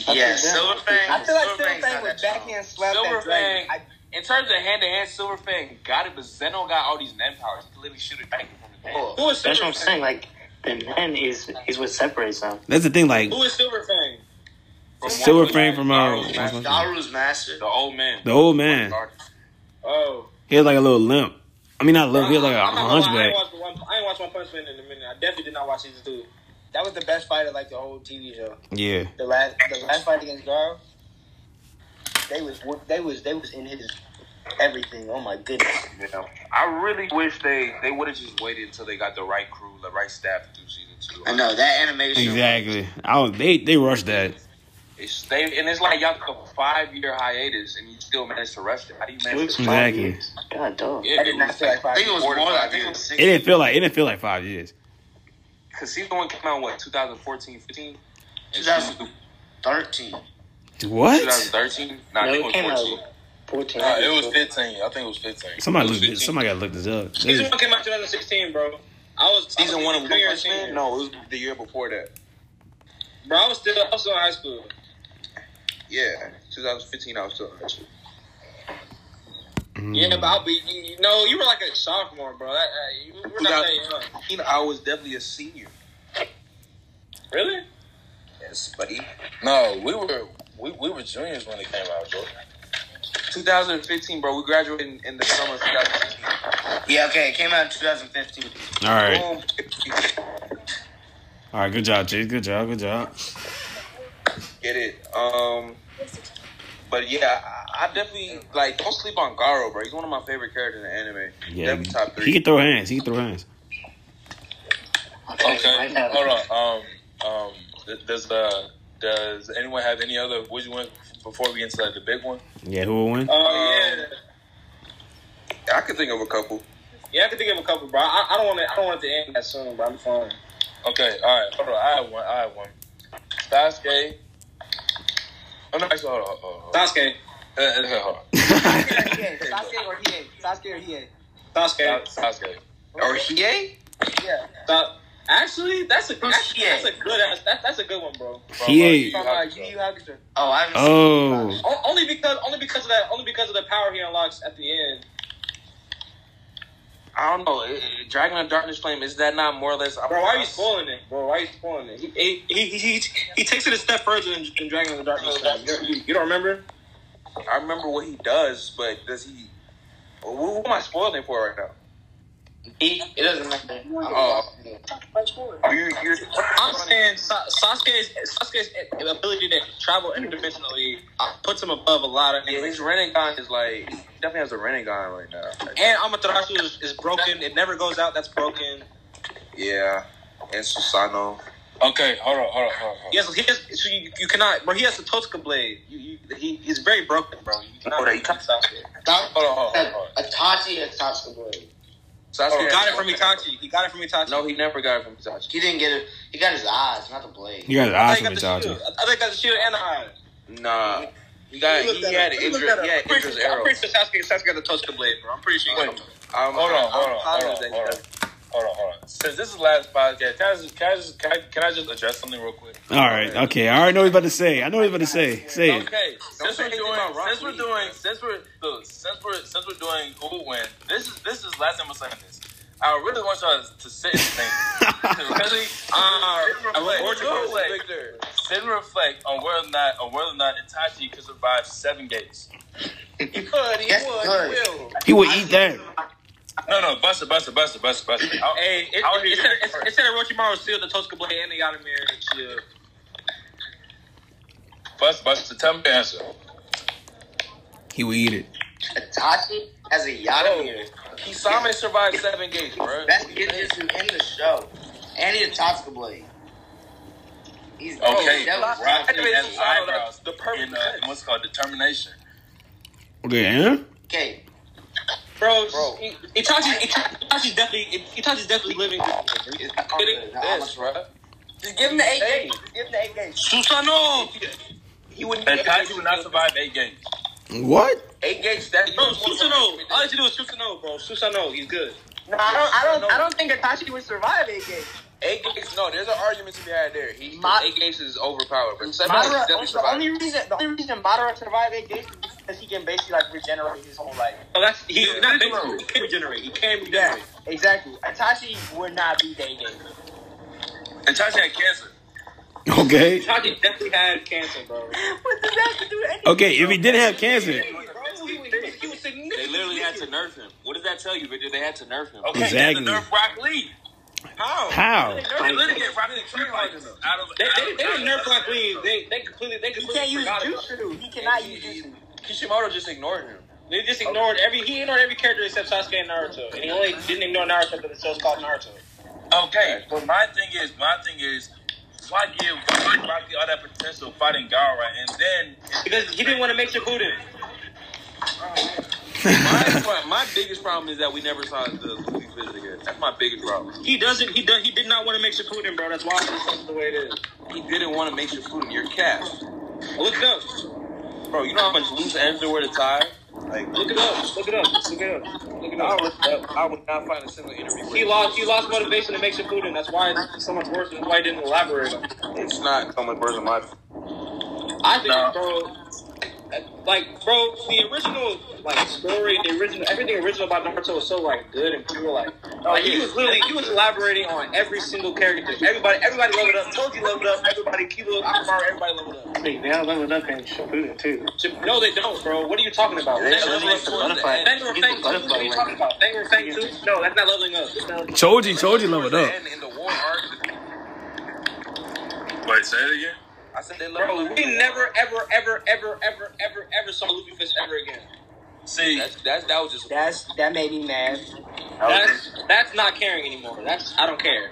[SPEAKER 7] Yeah,
[SPEAKER 4] Zeno.
[SPEAKER 7] Silver Fang.
[SPEAKER 4] I feel like
[SPEAKER 7] Silver
[SPEAKER 4] Silver
[SPEAKER 7] Fang's
[SPEAKER 4] Fang
[SPEAKER 7] not
[SPEAKER 4] would
[SPEAKER 7] that strong.
[SPEAKER 4] backhand slap
[SPEAKER 2] Silver
[SPEAKER 4] that dragon.
[SPEAKER 2] Fang.
[SPEAKER 4] I,
[SPEAKER 2] In terms of hand to hand, Silver Fang got it, but Zeno got all these man powers. He can literally shoot it back from the hand.
[SPEAKER 3] Who is
[SPEAKER 6] That's what
[SPEAKER 3] Silver Fang?
[SPEAKER 6] I'm saying. Like the man is is what separates them.
[SPEAKER 1] that's the thing. Like
[SPEAKER 3] Who is Silver Fang?
[SPEAKER 2] From
[SPEAKER 1] Silver
[SPEAKER 2] one to
[SPEAKER 1] Fang
[SPEAKER 2] the-
[SPEAKER 1] from, uh,
[SPEAKER 2] Garo's master.
[SPEAKER 7] Garu's master.
[SPEAKER 2] the old man.
[SPEAKER 1] the old man,
[SPEAKER 3] Oh,
[SPEAKER 1] he had like a little limp. I mean, not limp. He had like a
[SPEAKER 3] I'm not gonna lie, I
[SPEAKER 1] hunchback.
[SPEAKER 3] ain't watched one. I ain't watched One Punch Man in a minute. I definitely did not watch season two.
[SPEAKER 4] that was the best fight of like the whole TV show.
[SPEAKER 1] Yeah.
[SPEAKER 4] The last, the last fight against Garo. They was, they was, they was in his everything. Oh my goodness.
[SPEAKER 2] Yeah. I really wish they they would have just waited until they got the right crew, the right staff to do season two.
[SPEAKER 7] I know that animation.
[SPEAKER 1] Exactly. I was, they they rushed that.
[SPEAKER 2] It's they and it's like y'all took a five year hiatus and you still managed to rush it. How do you
[SPEAKER 6] It
[SPEAKER 2] manage?
[SPEAKER 6] was
[SPEAKER 2] To
[SPEAKER 6] five
[SPEAKER 1] Exactly.
[SPEAKER 6] years. God dog.
[SPEAKER 2] Yeah,
[SPEAKER 4] I did not feel like
[SPEAKER 7] I
[SPEAKER 4] five.
[SPEAKER 7] think it was
[SPEAKER 2] Four
[SPEAKER 7] more.
[SPEAKER 2] to
[SPEAKER 7] than- I
[SPEAKER 2] five
[SPEAKER 7] think it
[SPEAKER 2] years.
[SPEAKER 7] was
[SPEAKER 1] It
[SPEAKER 7] six.
[SPEAKER 1] didn't feel like it didn't feel like five years.
[SPEAKER 2] Because season one came out what 2014, 15, And season
[SPEAKER 7] 2000
[SPEAKER 2] two-
[SPEAKER 7] 13.
[SPEAKER 1] What?
[SPEAKER 2] 2013. Nah,
[SPEAKER 6] No,
[SPEAKER 2] I
[SPEAKER 6] it
[SPEAKER 2] think it
[SPEAKER 6] came out
[SPEAKER 2] was 14.
[SPEAKER 6] Fourteen.
[SPEAKER 5] Uh, it was fifteen. I think it was fifteen.
[SPEAKER 1] Somebody
[SPEAKER 5] It was
[SPEAKER 1] look. Somebody gotta look this up. This
[SPEAKER 3] Season
[SPEAKER 1] is-
[SPEAKER 3] one came out 2016, bro. I was I
[SPEAKER 2] Season
[SPEAKER 3] was
[SPEAKER 2] one
[SPEAKER 3] in
[SPEAKER 2] of One
[SPEAKER 3] career
[SPEAKER 2] Punch Man?
[SPEAKER 3] senior.
[SPEAKER 2] No, it was the year before that.
[SPEAKER 3] bro. I was still I was still in high school.
[SPEAKER 2] Yeah, 2015. I was still in high school.
[SPEAKER 1] Mm.
[SPEAKER 3] Yeah, but I'll be. You, you, no, you were like a sophomore, bro. That, uh, you were not that young.
[SPEAKER 2] 2015, I was definitely a senior.
[SPEAKER 3] Really?
[SPEAKER 2] Yes, buddy.
[SPEAKER 5] No, we were we, we were juniors when it came out, bro.
[SPEAKER 2] 2015, bro. We graduated in, in the summer of 2015.
[SPEAKER 7] Yeah, okay, it came out in 2015.
[SPEAKER 1] All right.
[SPEAKER 2] Boom.
[SPEAKER 1] All right. Good job, Chase. Good job. Good job.
[SPEAKER 2] Get it. Um, but yeah, I, I definitely like. Don't sleep on Garo, bro. He's one of my favorite characters in anime.
[SPEAKER 1] Yeah.
[SPEAKER 2] definitely top
[SPEAKER 1] He
[SPEAKER 2] three.
[SPEAKER 1] can throw hands. He can throw hands.
[SPEAKER 5] Okay, hold on. Um, um, th- does uh, does anyone have any other would you want before we get into like, the big one?
[SPEAKER 1] Yeah. Who will win?
[SPEAKER 3] Oh
[SPEAKER 2] Um,
[SPEAKER 3] yeah.
[SPEAKER 2] I could think of a couple.
[SPEAKER 3] Yeah, I can think of a couple, bro. I, I don't want to. I don't want it to end that soon, bro. I'm fine.
[SPEAKER 5] Okay, all right, hold on. I have one. I have one. Sasuke. Oh no, actually, hold on. Hold on, hold on.
[SPEAKER 3] Sasuke,
[SPEAKER 5] Uh, uh, hold on.
[SPEAKER 4] Sasuke or Hiei? Sasuke or Hiei?
[SPEAKER 3] Sasuke.
[SPEAKER 5] Sa- Sasuke.
[SPEAKER 2] Or Hiei?
[SPEAKER 4] Yeah.
[SPEAKER 3] Sa- Actually, that's a that's, that's a good ass, that, that's a good one, bro.
[SPEAKER 1] He
[SPEAKER 5] Bro,
[SPEAKER 1] ain't-
[SPEAKER 5] bro,
[SPEAKER 4] From
[SPEAKER 5] you
[SPEAKER 4] uh,
[SPEAKER 5] have to
[SPEAKER 4] Yu Yu
[SPEAKER 5] go.
[SPEAKER 4] Hakusho.
[SPEAKER 7] Oh, I haven't
[SPEAKER 1] Oh.
[SPEAKER 3] O- only because only because of that only because of the power he unlocks at the end.
[SPEAKER 2] I don't know. It- it- Dragon of Darkness Flame is that not more or less?
[SPEAKER 3] Bro, why are you spoiling it? Bro, why are you spoiling it? He he he, he, he takes it a step further than, than Dragon of the Darkness. man. You, you- you don't remember?
[SPEAKER 2] I remember what he does, but does he? Who, who am I spoiling for right now?
[SPEAKER 7] He, it doesn't matter.
[SPEAKER 2] Oh, you're, you're,
[SPEAKER 3] I'm saying Sa- Sasuke's Sasuke's ability to travel interdimensionally uh, puts him above a lot of
[SPEAKER 2] yeah, his Renegon is like he definitely has a Renegon right now. Like,
[SPEAKER 3] And Amaterasu is, is broken. It never goes out. That's broken.
[SPEAKER 2] yeah, and Susano.
[SPEAKER 5] Okay, hold on, hold on, hold on. Hold on.
[SPEAKER 3] He has, he has so you, you cannot, bro. He has the Totsuka blade. You, you, he, he's very broken, bro. You cannot.
[SPEAKER 2] Hold on, you can't-
[SPEAKER 3] Sasuke.
[SPEAKER 5] Hold on, hold on, hold on.
[SPEAKER 7] Uh, Itachi is Sasuke boy.
[SPEAKER 2] Sasuke
[SPEAKER 3] Oh, He got it from Itachi. He got it from Itachi.
[SPEAKER 2] No, he never got it from Itachi.
[SPEAKER 7] He didn't get it. He got his eyes, not the blade.
[SPEAKER 1] You guys are
[SPEAKER 3] I
[SPEAKER 1] awesome,
[SPEAKER 3] think he got the shield.
[SPEAKER 1] Itachi.
[SPEAKER 3] I think he got the shield and the eye.
[SPEAKER 2] Nah, he got he, had an Idris, he had
[SPEAKER 3] I'm pretty
[SPEAKER 2] Idris
[SPEAKER 3] sure, I'm
[SPEAKER 2] arrow.
[SPEAKER 3] pretty sure Sasuke, Sasuke got the Tosca blade, bro. I'm pretty sure. he got
[SPEAKER 5] Wait.
[SPEAKER 3] it.
[SPEAKER 2] I'm,
[SPEAKER 5] Hold on,
[SPEAKER 2] I'm
[SPEAKER 5] hold on, hold
[SPEAKER 2] positive
[SPEAKER 5] on,
[SPEAKER 2] that he
[SPEAKER 5] hold
[SPEAKER 2] got
[SPEAKER 5] on. Hold on, hold on. Since this is the last podcast, can I just can I just can I, can I just address something real quick?
[SPEAKER 1] All right. Okay. I already know what he's about to say. I know what he's about to say. Say it.
[SPEAKER 5] Okay, since
[SPEAKER 2] say
[SPEAKER 5] we're
[SPEAKER 2] anything
[SPEAKER 5] doing,
[SPEAKER 2] about Rock
[SPEAKER 5] since we're
[SPEAKER 2] Lee,
[SPEAKER 5] doing,
[SPEAKER 2] man.
[SPEAKER 5] since we're look, since we're since we're doing who win. This is this is last time we're saying this. I really want y'all to sit and think. To really, uh,
[SPEAKER 3] wait,
[SPEAKER 5] reflect,
[SPEAKER 3] wait, wait.
[SPEAKER 5] reflect, sit and reflect on whether or not on whether or not Itachi could survive seven gates.
[SPEAKER 3] He could. He
[SPEAKER 7] That's
[SPEAKER 3] would.
[SPEAKER 7] good.
[SPEAKER 3] He will.
[SPEAKER 1] He would eat that.
[SPEAKER 5] No, no, Buster, Buster, Buster, Buster, Buster. I'll-
[SPEAKER 3] Hey, it,
[SPEAKER 5] I'll hear
[SPEAKER 3] it,
[SPEAKER 5] you
[SPEAKER 3] said, it,
[SPEAKER 5] first.
[SPEAKER 3] it said Orochimaru sealed the Tosca blade and the Yadamir shield.
[SPEAKER 5] Buster, Buster, tell me the answer.
[SPEAKER 1] He would eat it.
[SPEAKER 7] Itachi has a Yadamir.
[SPEAKER 2] Kisame survived seven games, bro.
[SPEAKER 7] Best Genjutsu in the show. And he had Totsuka blade. He's
[SPEAKER 5] Okay,
[SPEAKER 7] that was-
[SPEAKER 5] Rocky
[SPEAKER 2] Activated
[SPEAKER 5] has
[SPEAKER 2] Susano,
[SPEAKER 5] eyebrows
[SPEAKER 2] the perfect
[SPEAKER 5] in uh,
[SPEAKER 2] match.
[SPEAKER 5] what's called determination.
[SPEAKER 1] Okay. Huh?
[SPEAKER 7] Okay,
[SPEAKER 3] Bro,
[SPEAKER 2] Bro.
[SPEAKER 3] Itachi, Itachi, Itachi's definitely, Itachi's definitely living.
[SPEAKER 7] it's
[SPEAKER 3] Kidding?
[SPEAKER 7] this, bro.
[SPEAKER 4] Just give him the eight games. Just give him the eight games.
[SPEAKER 3] Susano.
[SPEAKER 7] He wouldn't.
[SPEAKER 5] Itachi would not survive eight games.
[SPEAKER 1] What?
[SPEAKER 2] Eight games. That
[SPEAKER 3] Bro, Susano. All you do is Susano, bro. Susano, he's good.
[SPEAKER 4] No, I don't. I don't. I don't think Itachi would survive eight games.
[SPEAKER 2] Eight games. No, there's an argument to be had there. He
[SPEAKER 4] My-
[SPEAKER 2] eight games is overpowered, but seven games
[SPEAKER 4] Madara,
[SPEAKER 2] definitely
[SPEAKER 4] the
[SPEAKER 2] survived.
[SPEAKER 4] only reason the only reason Madara survived eight games is because he can basically like regenerate his whole life.
[SPEAKER 3] Well, Oh, that's he. Not basically, he can regenerate. He can regenerate.
[SPEAKER 4] exactly. Itachi would not be day game.
[SPEAKER 5] Itachi had cancer.
[SPEAKER 1] Okay.
[SPEAKER 3] Itachi definitely had cancer, bro.
[SPEAKER 4] What does that have to do with anything?
[SPEAKER 1] Okay. If he didn't have cancer,
[SPEAKER 3] He was significant.
[SPEAKER 2] They literally had to nerf him. What does that tell you, Victor? They had to nerf him.
[SPEAKER 5] Okay,
[SPEAKER 1] Exactly.
[SPEAKER 5] exactly. the nerf Rock Lee.
[SPEAKER 3] How?
[SPEAKER 1] how?
[SPEAKER 5] They literally get Rock Lee trademarked out of
[SPEAKER 3] They, they, they didn't nerf Rock Lee. They, they completely, they
[SPEAKER 4] He
[SPEAKER 3] completely
[SPEAKER 4] can't use
[SPEAKER 3] forgot about it.
[SPEAKER 4] jutsu. He cannot use jutsu.
[SPEAKER 2] Kishimoto just ignored him.
[SPEAKER 3] They just ignored every. He ignored every character except Sasuke and Naruto, and he only didn't ignore Naruto because it's so called Naruto.
[SPEAKER 5] Okay, but my thing is, my thing is, why give Rock Lee all that potential fighting Gara and then
[SPEAKER 3] Because he didn't want to make Shippuden.
[SPEAKER 2] My, pro- my biggest problem is that we never saw the Luffy visit again. That's my biggest problem.
[SPEAKER 3] He doesn't. He does. He did not want to make Shippuden, bro. That's why it's the way it is.
[SPEAKER 2] He didn't want to make your food in your calf.
[SPEAKER 3] Look it up.
[SPEAKER 2] Bro, you know how much loose ends there were to tie? Like,
[SPEAKER 3] Look it up. Look it up. Look it up. Look it
[SPEAKER 2] I
[SPEAKER 3] up.
[SPEAKER 2] would, I would not find a single interview. where
[SPEAKER 3] He lost. He lost motivation to make Shippuden. That's why it's so much worse. That's why he didn't elaborate.
[SPEAKER 2] It's not coming worse than my.
[SPEAKER 3] I think,
[SPEAKER 2] No.
[SPEAKER 3] bro, like, bro, the original like story, the original everything original about Naruto was so like good and pure. Like,
[SPEAKER 6] Oh,
[SPEAKER 3] like he was literally he was elaborating on every single character. Everybody, everybody leveled up. Toji leveled up. Everybody, Kilo, Akamaru, everybody leveled up.
[SPEAKER 6] They all leveled up in Shippuden too.
[SPEAKER 3] Ship- No, they don't, bro. What are you talking about? They
[SPEAKER 6] so
[SPEAKER 3] level
[SPEAKER 6] he's
[SPEAKER 3] up
[SPEAKER 6] the
[SPEAKER 3] towards the
[SPEAKER 6] butterfly-
[SPEAKER 3] end. Fang or
[SPEAKER 6] he's the
[SPEAKER 3] Fang two? What are you
[SPEAKER 6] butterfly
[SPEAKER 3] talking about? Fang or Fang two? No, that's not leveling up. That's not leveling up.
[SPEAKER 1] Choji, Choji leveled up.
[SPEAKER 2] And in the war arc,
[SPEAKER 5] Wait, say it again.
[SPEAKER 2] I said they love.
[SPEAKER 3] Bro, we never, ever, ever, ever, ever, ever, ever saw Luffy fish ever again.
[SPEAKER 5] See,
[SPEAKER 2] That's, that's that was just.
[SPEAKER 4] That's that made me mad.
[SPEAKER 3] That's that's not caring anymore. That's I don't care.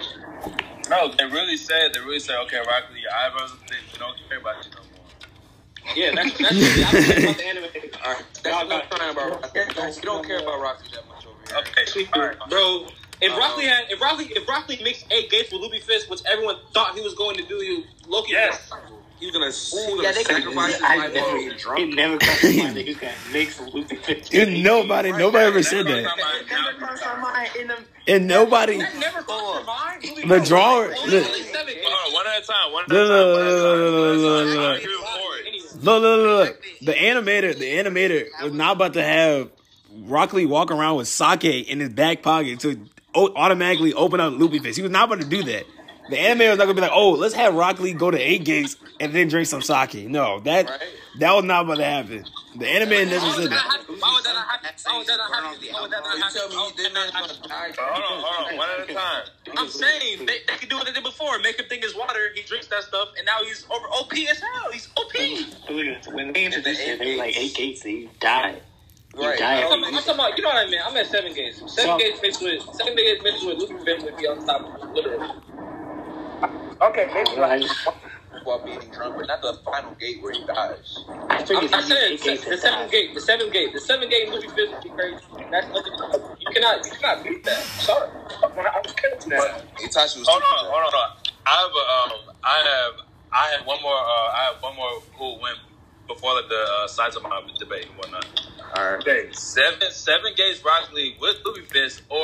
[SPEAKER 5] no, they really said they really said, okay, Rock Lee, your eyebrows are thick. We don't care about you no more.
[SPEAKER 3] Yeah, that's that's I don't care about the anime.
[SPEAKER 2] All right, that's enough crying about Rocky. You don't care about Rocky that much over here.
[SPEAKER 5] Okay, all right.
[SPEAKER 3] Bro, if Rock Lee had if Rock Lee if Rock Lee mixed eight gates with Luffy Fist, which everyone thought he was going to do, he Loki.
[SPEAKER 5] Yes.
[SPEAKER 2] He's gonna, he's gonna
[SPEAKER 4] yeah, they could-
[SPEAKER 2] sacrifice his
[SPEAKER 6] I
[SPEAKER 2] life while he's
[SPEAKER 6] never, it
[SPEAKER 2] drunk.
[SPEAKER 6] never crossed my mind that he's gonna mix Luffy Fish.
[SPEAKER 1] And nobody, nobody ever said that.
[SPEAKER 4] It never crossed my mind in the
[SPEAKER 1] And nobody,
[SPEAKER 3] That never crossed your mind. Luffy
[SPEAKER 1] the
[SPEAKER 3] Fist.
[SPEAKER 1] drawer,
[SPEAKER 3] Only-
[SPEAKER 1] look,
[SPEAKER 3] only seven gates.
[SPEAKER 5] Hold on, one at a time. One at a
[SPEAKER 1] No,
[SPEAKER 5] time.
[SPEAKER 1] no, no,
[SPEAKER 5] one at a time,
[SPEAKER 1] no,
[SPEAKER 5] one at a
[SPEAKER 1] no, no, no,
[SPEAKER 5] time. I
[SPEAKER 1] no.
[SPEAKER 5] give him four.
[SPEAKER 3] Anyway.
[SPEAKER 1] look, look, look, look. The animator, the animator was not about to have Rock Lee walk around with sake in his back pocket to o- automatically open up Loopy Fist. He was not about to do that. The animator was not gonna be like, "Oh, let's have Rock Lee go to eight gates and then drink some sake." No, that that was not about to happen. The animator never
[SPEAKER 3] Why
[SPEAKER 1] said
[SPEAKER 3] would that
[SPEAKER 1] that.
[SPEAKER 3] happen? Why would that not happen? Why would that not happen? Why would that not
[SPEAKER 2] You
[SPEAKER 3] happen?
[SPEAKER 2] tell me he
[SPEAKER 3] Why would that
[SPEAKER 2] did
[SPEAKER 3] not
[SPEAKER 2] not
[SPEAKER 3] happen?
[SPEAKER 2] die.
[SPEAKER 5] Hold on, hold on, one at a time.
[SPEAKER 3] I'm saying they, they could do what they did before. Make him think it's water. He drinks that stuff, and now he's over OP as hell. He's OP.
[SPEAKER 6] Look at- When they introduced it, they were like eight gates that you die. You
[SPEAKER 2] Right.
[SPEAKER 6] die.
[SPEAKER 3] I'm talking, I'm talking about, you know what I mean? I'm at seven gates. Seven
[SPEAKER 6] So-
[SPEAKER 3] gates mixed with seven gates mixed with Luffy Fist would be unstoppable, literally.
[SPEAKER 2] Okay, maybe
[SPEAKER 6] I,
[SPEAKER 2] while being drunk, but not the final gate where he dies.
[SPEAKER 6] I
[SPEAKER 3] I'm
[SPEAKER 6] figured
[SPEAKER 3] not
[SPEAKER 6] there'd be
[SPEAKER 3] saying
[SPEAKER 6] eight gates
[SPEAKER 3] the
[SPEAKER 6] that
[SPEAKER 3] seven
[SPEAKER 6] die.
[SPEAKER 3] gate, the seven gate, the seven gate Luffy Fist would be crazy. That's nothing. You cannot, you cannot beat that. Sorry, I was kidding with that.
[SPEAKER 2] But Itachi was
[SPEAKER 5] Hold on, hold on, hold on. I have, a, um, I have, I have one more, uh, I have one more cool win before the uh, sides of my debate and whatnot.
[SPEAKER 2] All right.
[SPEAKER 5] Okay, seven, seven gates Rock League with Luffy Fist or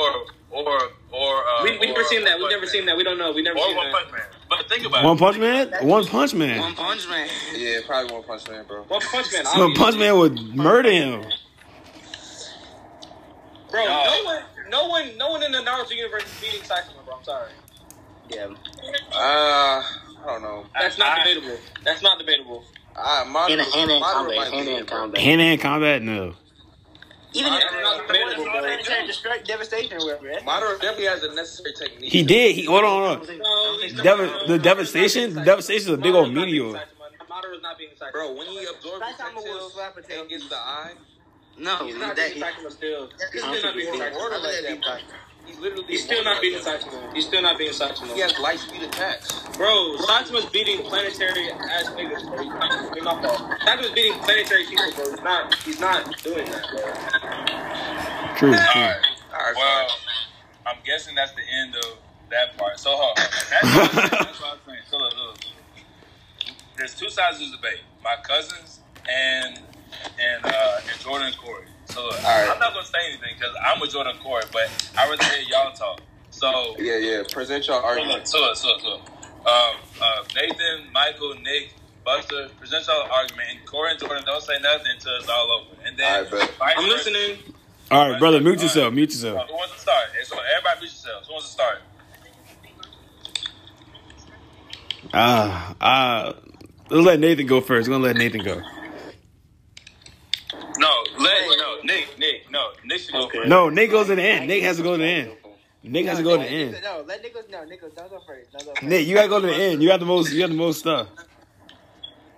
[SPEAKER 5] or or. Uh,
[SPEAKER 3] We we
[SPEAKER 5] or
[SPEAKER 3] never seen that. We
[SPEAKER 5] One
[SPEAKER 3] never
[SPEAKER 5] Punch
[SPEAKER 3] seen
[SPEAKER 5] Man.
[SPEAKER 3] that. We don't know. We never
[SPEAKER 5] Or
[SPEAKER 3] seen
[SPEAKER 5] One
[SPEAKER 3] that.
[SPEAKER 5] Punch Man. But think about
[SPEAKER 1] One
[SPEAKER 5] it.
[SPEAKER 1] Punch Man, One Punch Man,
[SPEAKER 4] One Punch Man.
[SPEAKER 2] Yeah, probably One Punch Man, bro.
[SPEAKER 3] One Punch Man.
[SPEAKER 1] One Punch
[SPEAKER 3] obviously.
[SPEAKER 1] Man would murder him.
[SPEAKER 3] Bro,
[SPEAKER 5] No.
[SPEAKER 3] no one, no one, no one in the Naruto universe is beating Saitama, bro. I'm sorry.
[SPEAKER 4] Yeah.
[SPEAKER 2] Uh, I don't know.
[SPEAKER 3] That's
[SPEAKER 5] I-
[SPEAKER 3] not
[SPEAKER 5] I-
[SPEAKER 3] debatable. That's not debatable.
[SPEAKER 2] I,
[SPEAKER 6] In
[SPEAKER 2] Madara,
[SPEAKER 6] a hand in
[SPEAKER 2] Madara
[SPEAKER 6] combat.
[SPEAKER 2] might
[SPEAKER 6] Hand
[SPEAKER 2] be
[SPEAKER 6] in
[SPEAKER 2] it, bro.
[SPEAKER 6] combat.
[SPEAKER 1] Hand to hand combat, no.
[SPEAKER 4] Even if
[SPEAKER 3] That's not debatable, bro.
[SPEAKER 4] planetary destra- devastation or whatever. right?
[SPEAKER 2] Madara definitely has the necessary technique.
[SPEAKER 1] He did. He hold on, hold on.
[SPEAKER 3] No, he's not.
[SPEAKER 1] Deva- the devastation, the devastation is a big old
[SPEAKER 3] Madara's not beating
[SPEAKER 1] meteor.
[SPEAKER 3] Saitama. Madara's not being Saitama.
[SPEAKER 2] Bro, when he absorbs the
[SPEAKER 4] Saitama will
[SPEAKER 2] tentacles
[SPEAKER 4] slap a tail.
[SPEAKER 2] and gets the eye,
[SPEAKER 4] No,
[SPEAKER 3] he's not
[SPEAKER 4] that-
[SPEAKER 3] beating Saitama still. He's
[SPEAKER 4] I don't
[SPEAKER 3] still not
[SPEAKER 4] think
[SPEAKER 3] beating
[SPEAKER 4] he's
[SPEAKER 3] Saitama.
[SPEAKER 4] beating
[SPEAKER 2] Order like
[SPEAKER 4] Saitama.
[SPEAKER 2] that, bro. he's literally.
[SPEAKER 3] He's still not beating Saitama. He's still not beating
[SPEAKER 2] He
[SPEAKER 3] Saitama.
[SPEAKER 2] has light speed attacks.
[SPEAKER 3] Bro, Saitama's beating planetary ass niggas, bro. He's not- he's not- Saitama's beating planetary people, bro. He's not, he's not doing that, bro.
[SPEAKER 1] True.
[SPEAKER 5] All
[SPEAKER 1] true.
[SPEAKER 5] right.
[SPEAKER 2] All right,
[SPEAKER 5] Well, I'm guessing that's the end of that part. So, hold on. That's what I'm saying. That's what I'm saying. So, look, look. There's two sides to this debate my cousins and and, uh, and Jordan and Corey. So, look,
[SPEAKER 2] right.
[SPEAKER 5] I'm not going to say anything because I'm with Jordan and Corey, but I really hear y'all talk. So,
[SPEAKER 2] Yeah, yeah. Present your
[SPEAKER 5] so look,
[SPEAKER 2] argument.
[SPEAKER 5] so look, so look, so look. Um, uh, Nathan, Michael, Nick, Buster, present y'all an argument. And Corey and Jordan don't say nothing until it's all over. And then
[SPEAKER 2] All right, bet.
[SPEAKER 5] vice
[SPEAKER 3] I'm
[SPEAKER 5] versa.
[SPEAKER 3] listening.
[SPEAKER 1] All right, brother, mute yourself. Mute yourself.
[SPEAKER 5] Who wants to start? Hey, So everybody mute yourselves. Who wants to start?
[SPEAKER 1] Ah, ah. Let's let Nathan go first. We're gonna let Nathan go.
[SPEAKER 5] No, let no Nick, Nick, no Nick should go first.
[SPEAKER 1] No, Nick goes to the end. Nick has to go to the end. Nick has to go to the end.
[SPEAKER 4] No, let Nicholas know. Nicholas, don't go first. Don't go first.
[SPEAKER 1] Nick, you gotta go to the end. You got the most. You got the most stuff.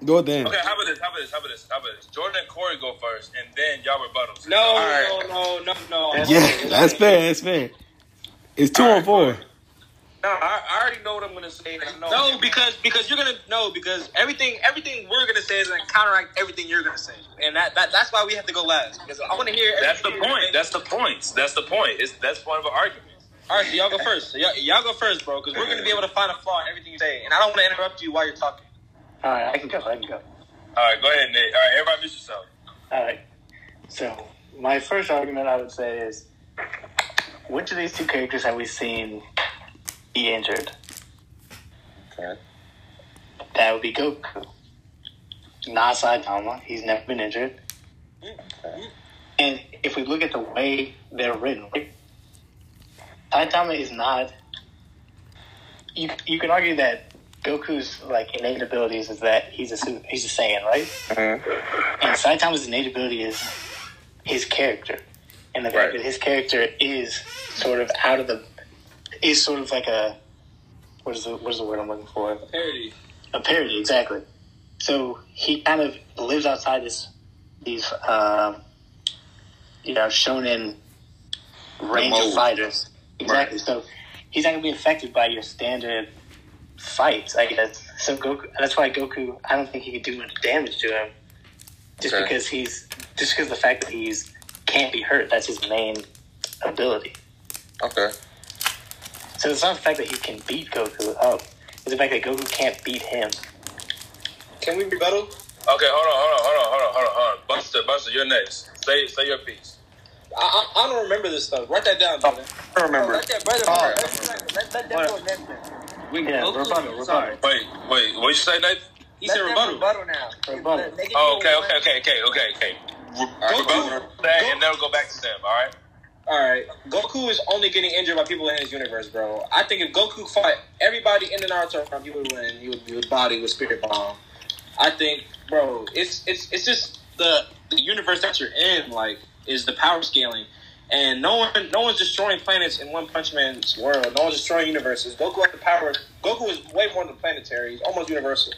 [SPEAKER 1] Go at the end.
[SPEAKER 5] Okay, how about this? How about this? How about this? How about this? Jordan and Corey go first, and then y'all rebuttals.
[SPEAKER 3] No,
[SPEAKER 2] right.
[SPEAKER 3] no, no, no, no.
[SPEAKER 1] Yeah, that's fair. That's fair. It's two on four.
[SPEAKER 2] No, I, I already know what I'm gonna say. and I know
[SPEAKER 3] No, because because you're gonna no because everything everything we're gonna say is gonna counteract everything you're gonna say, and that, that that's why we have to go last because I want to hear.
[SPEAKER 5] That's the
[SPEAKER 3] everything you're
[SPEAKER 5] point.
[SPEAKER 3] gonna
[SPEAKER 5] That's the point. That's the point. It's that's part of an argument.
[SPEAKER 3] say. all right, so y'all go first. So y'all, y'all go first, bro, because we're gonna be able to find a flaw in everything you say, and I don't want to interrupt you while you're talking.
[SPEAKER 6] All right, I can go. I can go.
[SPEAKER 5] All right, go ahead, Nick. All right, everybody mute yourself.
[SPEAKER 6] All right. So my first argument I would say is, which of these two characters have we seen be injured?
[SPEAKER 2] Okay.
[SPEAKER 6] That would be Goku. Not Saitama. He's never been injured. And if we look at the way they're written, right, Saitama is not. You you can argue that Goku's like innate abilities is that he's a su- he's a Saiyan, right? And Saitama's innate ability is his character, and the fact
[SPEAKER 2] Right.
[SPEAKER 6] that his character is sort of out of the is sort of like a what is the what is the word I'm looking for?
[SPEAKER 3] Parody.
[SPEAKER 6] A parody, exactly. So he kind of lives outside this these uh, you know shonen range of
[SPEAKER 2] mold.
[SPEAKER 6] fighters. Exactly. So he's not gonna be affected by your standard fights, I guess. So Goku, that's why Goku. I don't think he could do much damage to him, just
[SPEAKER 2] Okay.
[SPEAKER 6] because he's just because the fact that he's can't be hurt. That's his main ability.
[SPEAKER 2] Okay.
[SPEAKER 6] So it's not the fact that he can beat Goku up. It's the fact that Goku can't beat him.
[SPEAKER 3] Can we rebuttal?
[SPEAKER 5] Okay, hold on, hold on, hold on, hold on, hold on, hold on. Buster, Buster, you're next. Say, say your piece.
[SPEAKER 3] I, I, I don't remember this stuff. Write that down, brother.
[SPEAKER 4] I don't remember.
[SPEAKER 3] Write that, brother.
[SPEAKER 4] All
[SPEAKER 3] down.
[SPEAKER 4] right.
[SPEAKER 7] Let, let them go next. then.
[SPEAKER 6] We yeah,
[SPEAKER 7] Goku,
[SPEAKER 6] rebuttal,
[SPEAKER 7] sorry.
[SPEAKER 6] rebuttal.
[SPEAKER 5] Wait, wait, what you say, Nathan?
[SPEAKER 3] He
[SPEAKER 7] Let
[SPEAKER 3] said
[SPEAKER 7] them
[SPEAKER 3] rebuttal.
[SPEAKER 7] rebuttal now.
[SPEAKER 6] Rebuttal.
[SPEAKER 7] Let- they can
[SPEAKER 5] Oh,
[SPEAKER 7] go
[SPEAKER 5] okay,
[SPEAKER 7] one-
[SPEAKER 5] okay, okay, okay, okay, okay.
[SPEAKER 2] Alright,
[SPEAKER 5] Go
[SPEAKER 2] Goku.
[SPEAKER 5] to that and then we'll go back to them, all right?
[SPEAKER 3] All right, Goku is only getting injured by people in his universe, bro. I think if Goku fought everybody in the Naruto realm, he would win. He would, he would body with Spirit Bomb. I think, bro, it's it's it's just the the universe that you're in, like, is the power scaling, and no one no one's destroying planets in One Punch Man's world. No one's destroying universes. Goku has the power. Goku is way more than planetary. He's almost universal.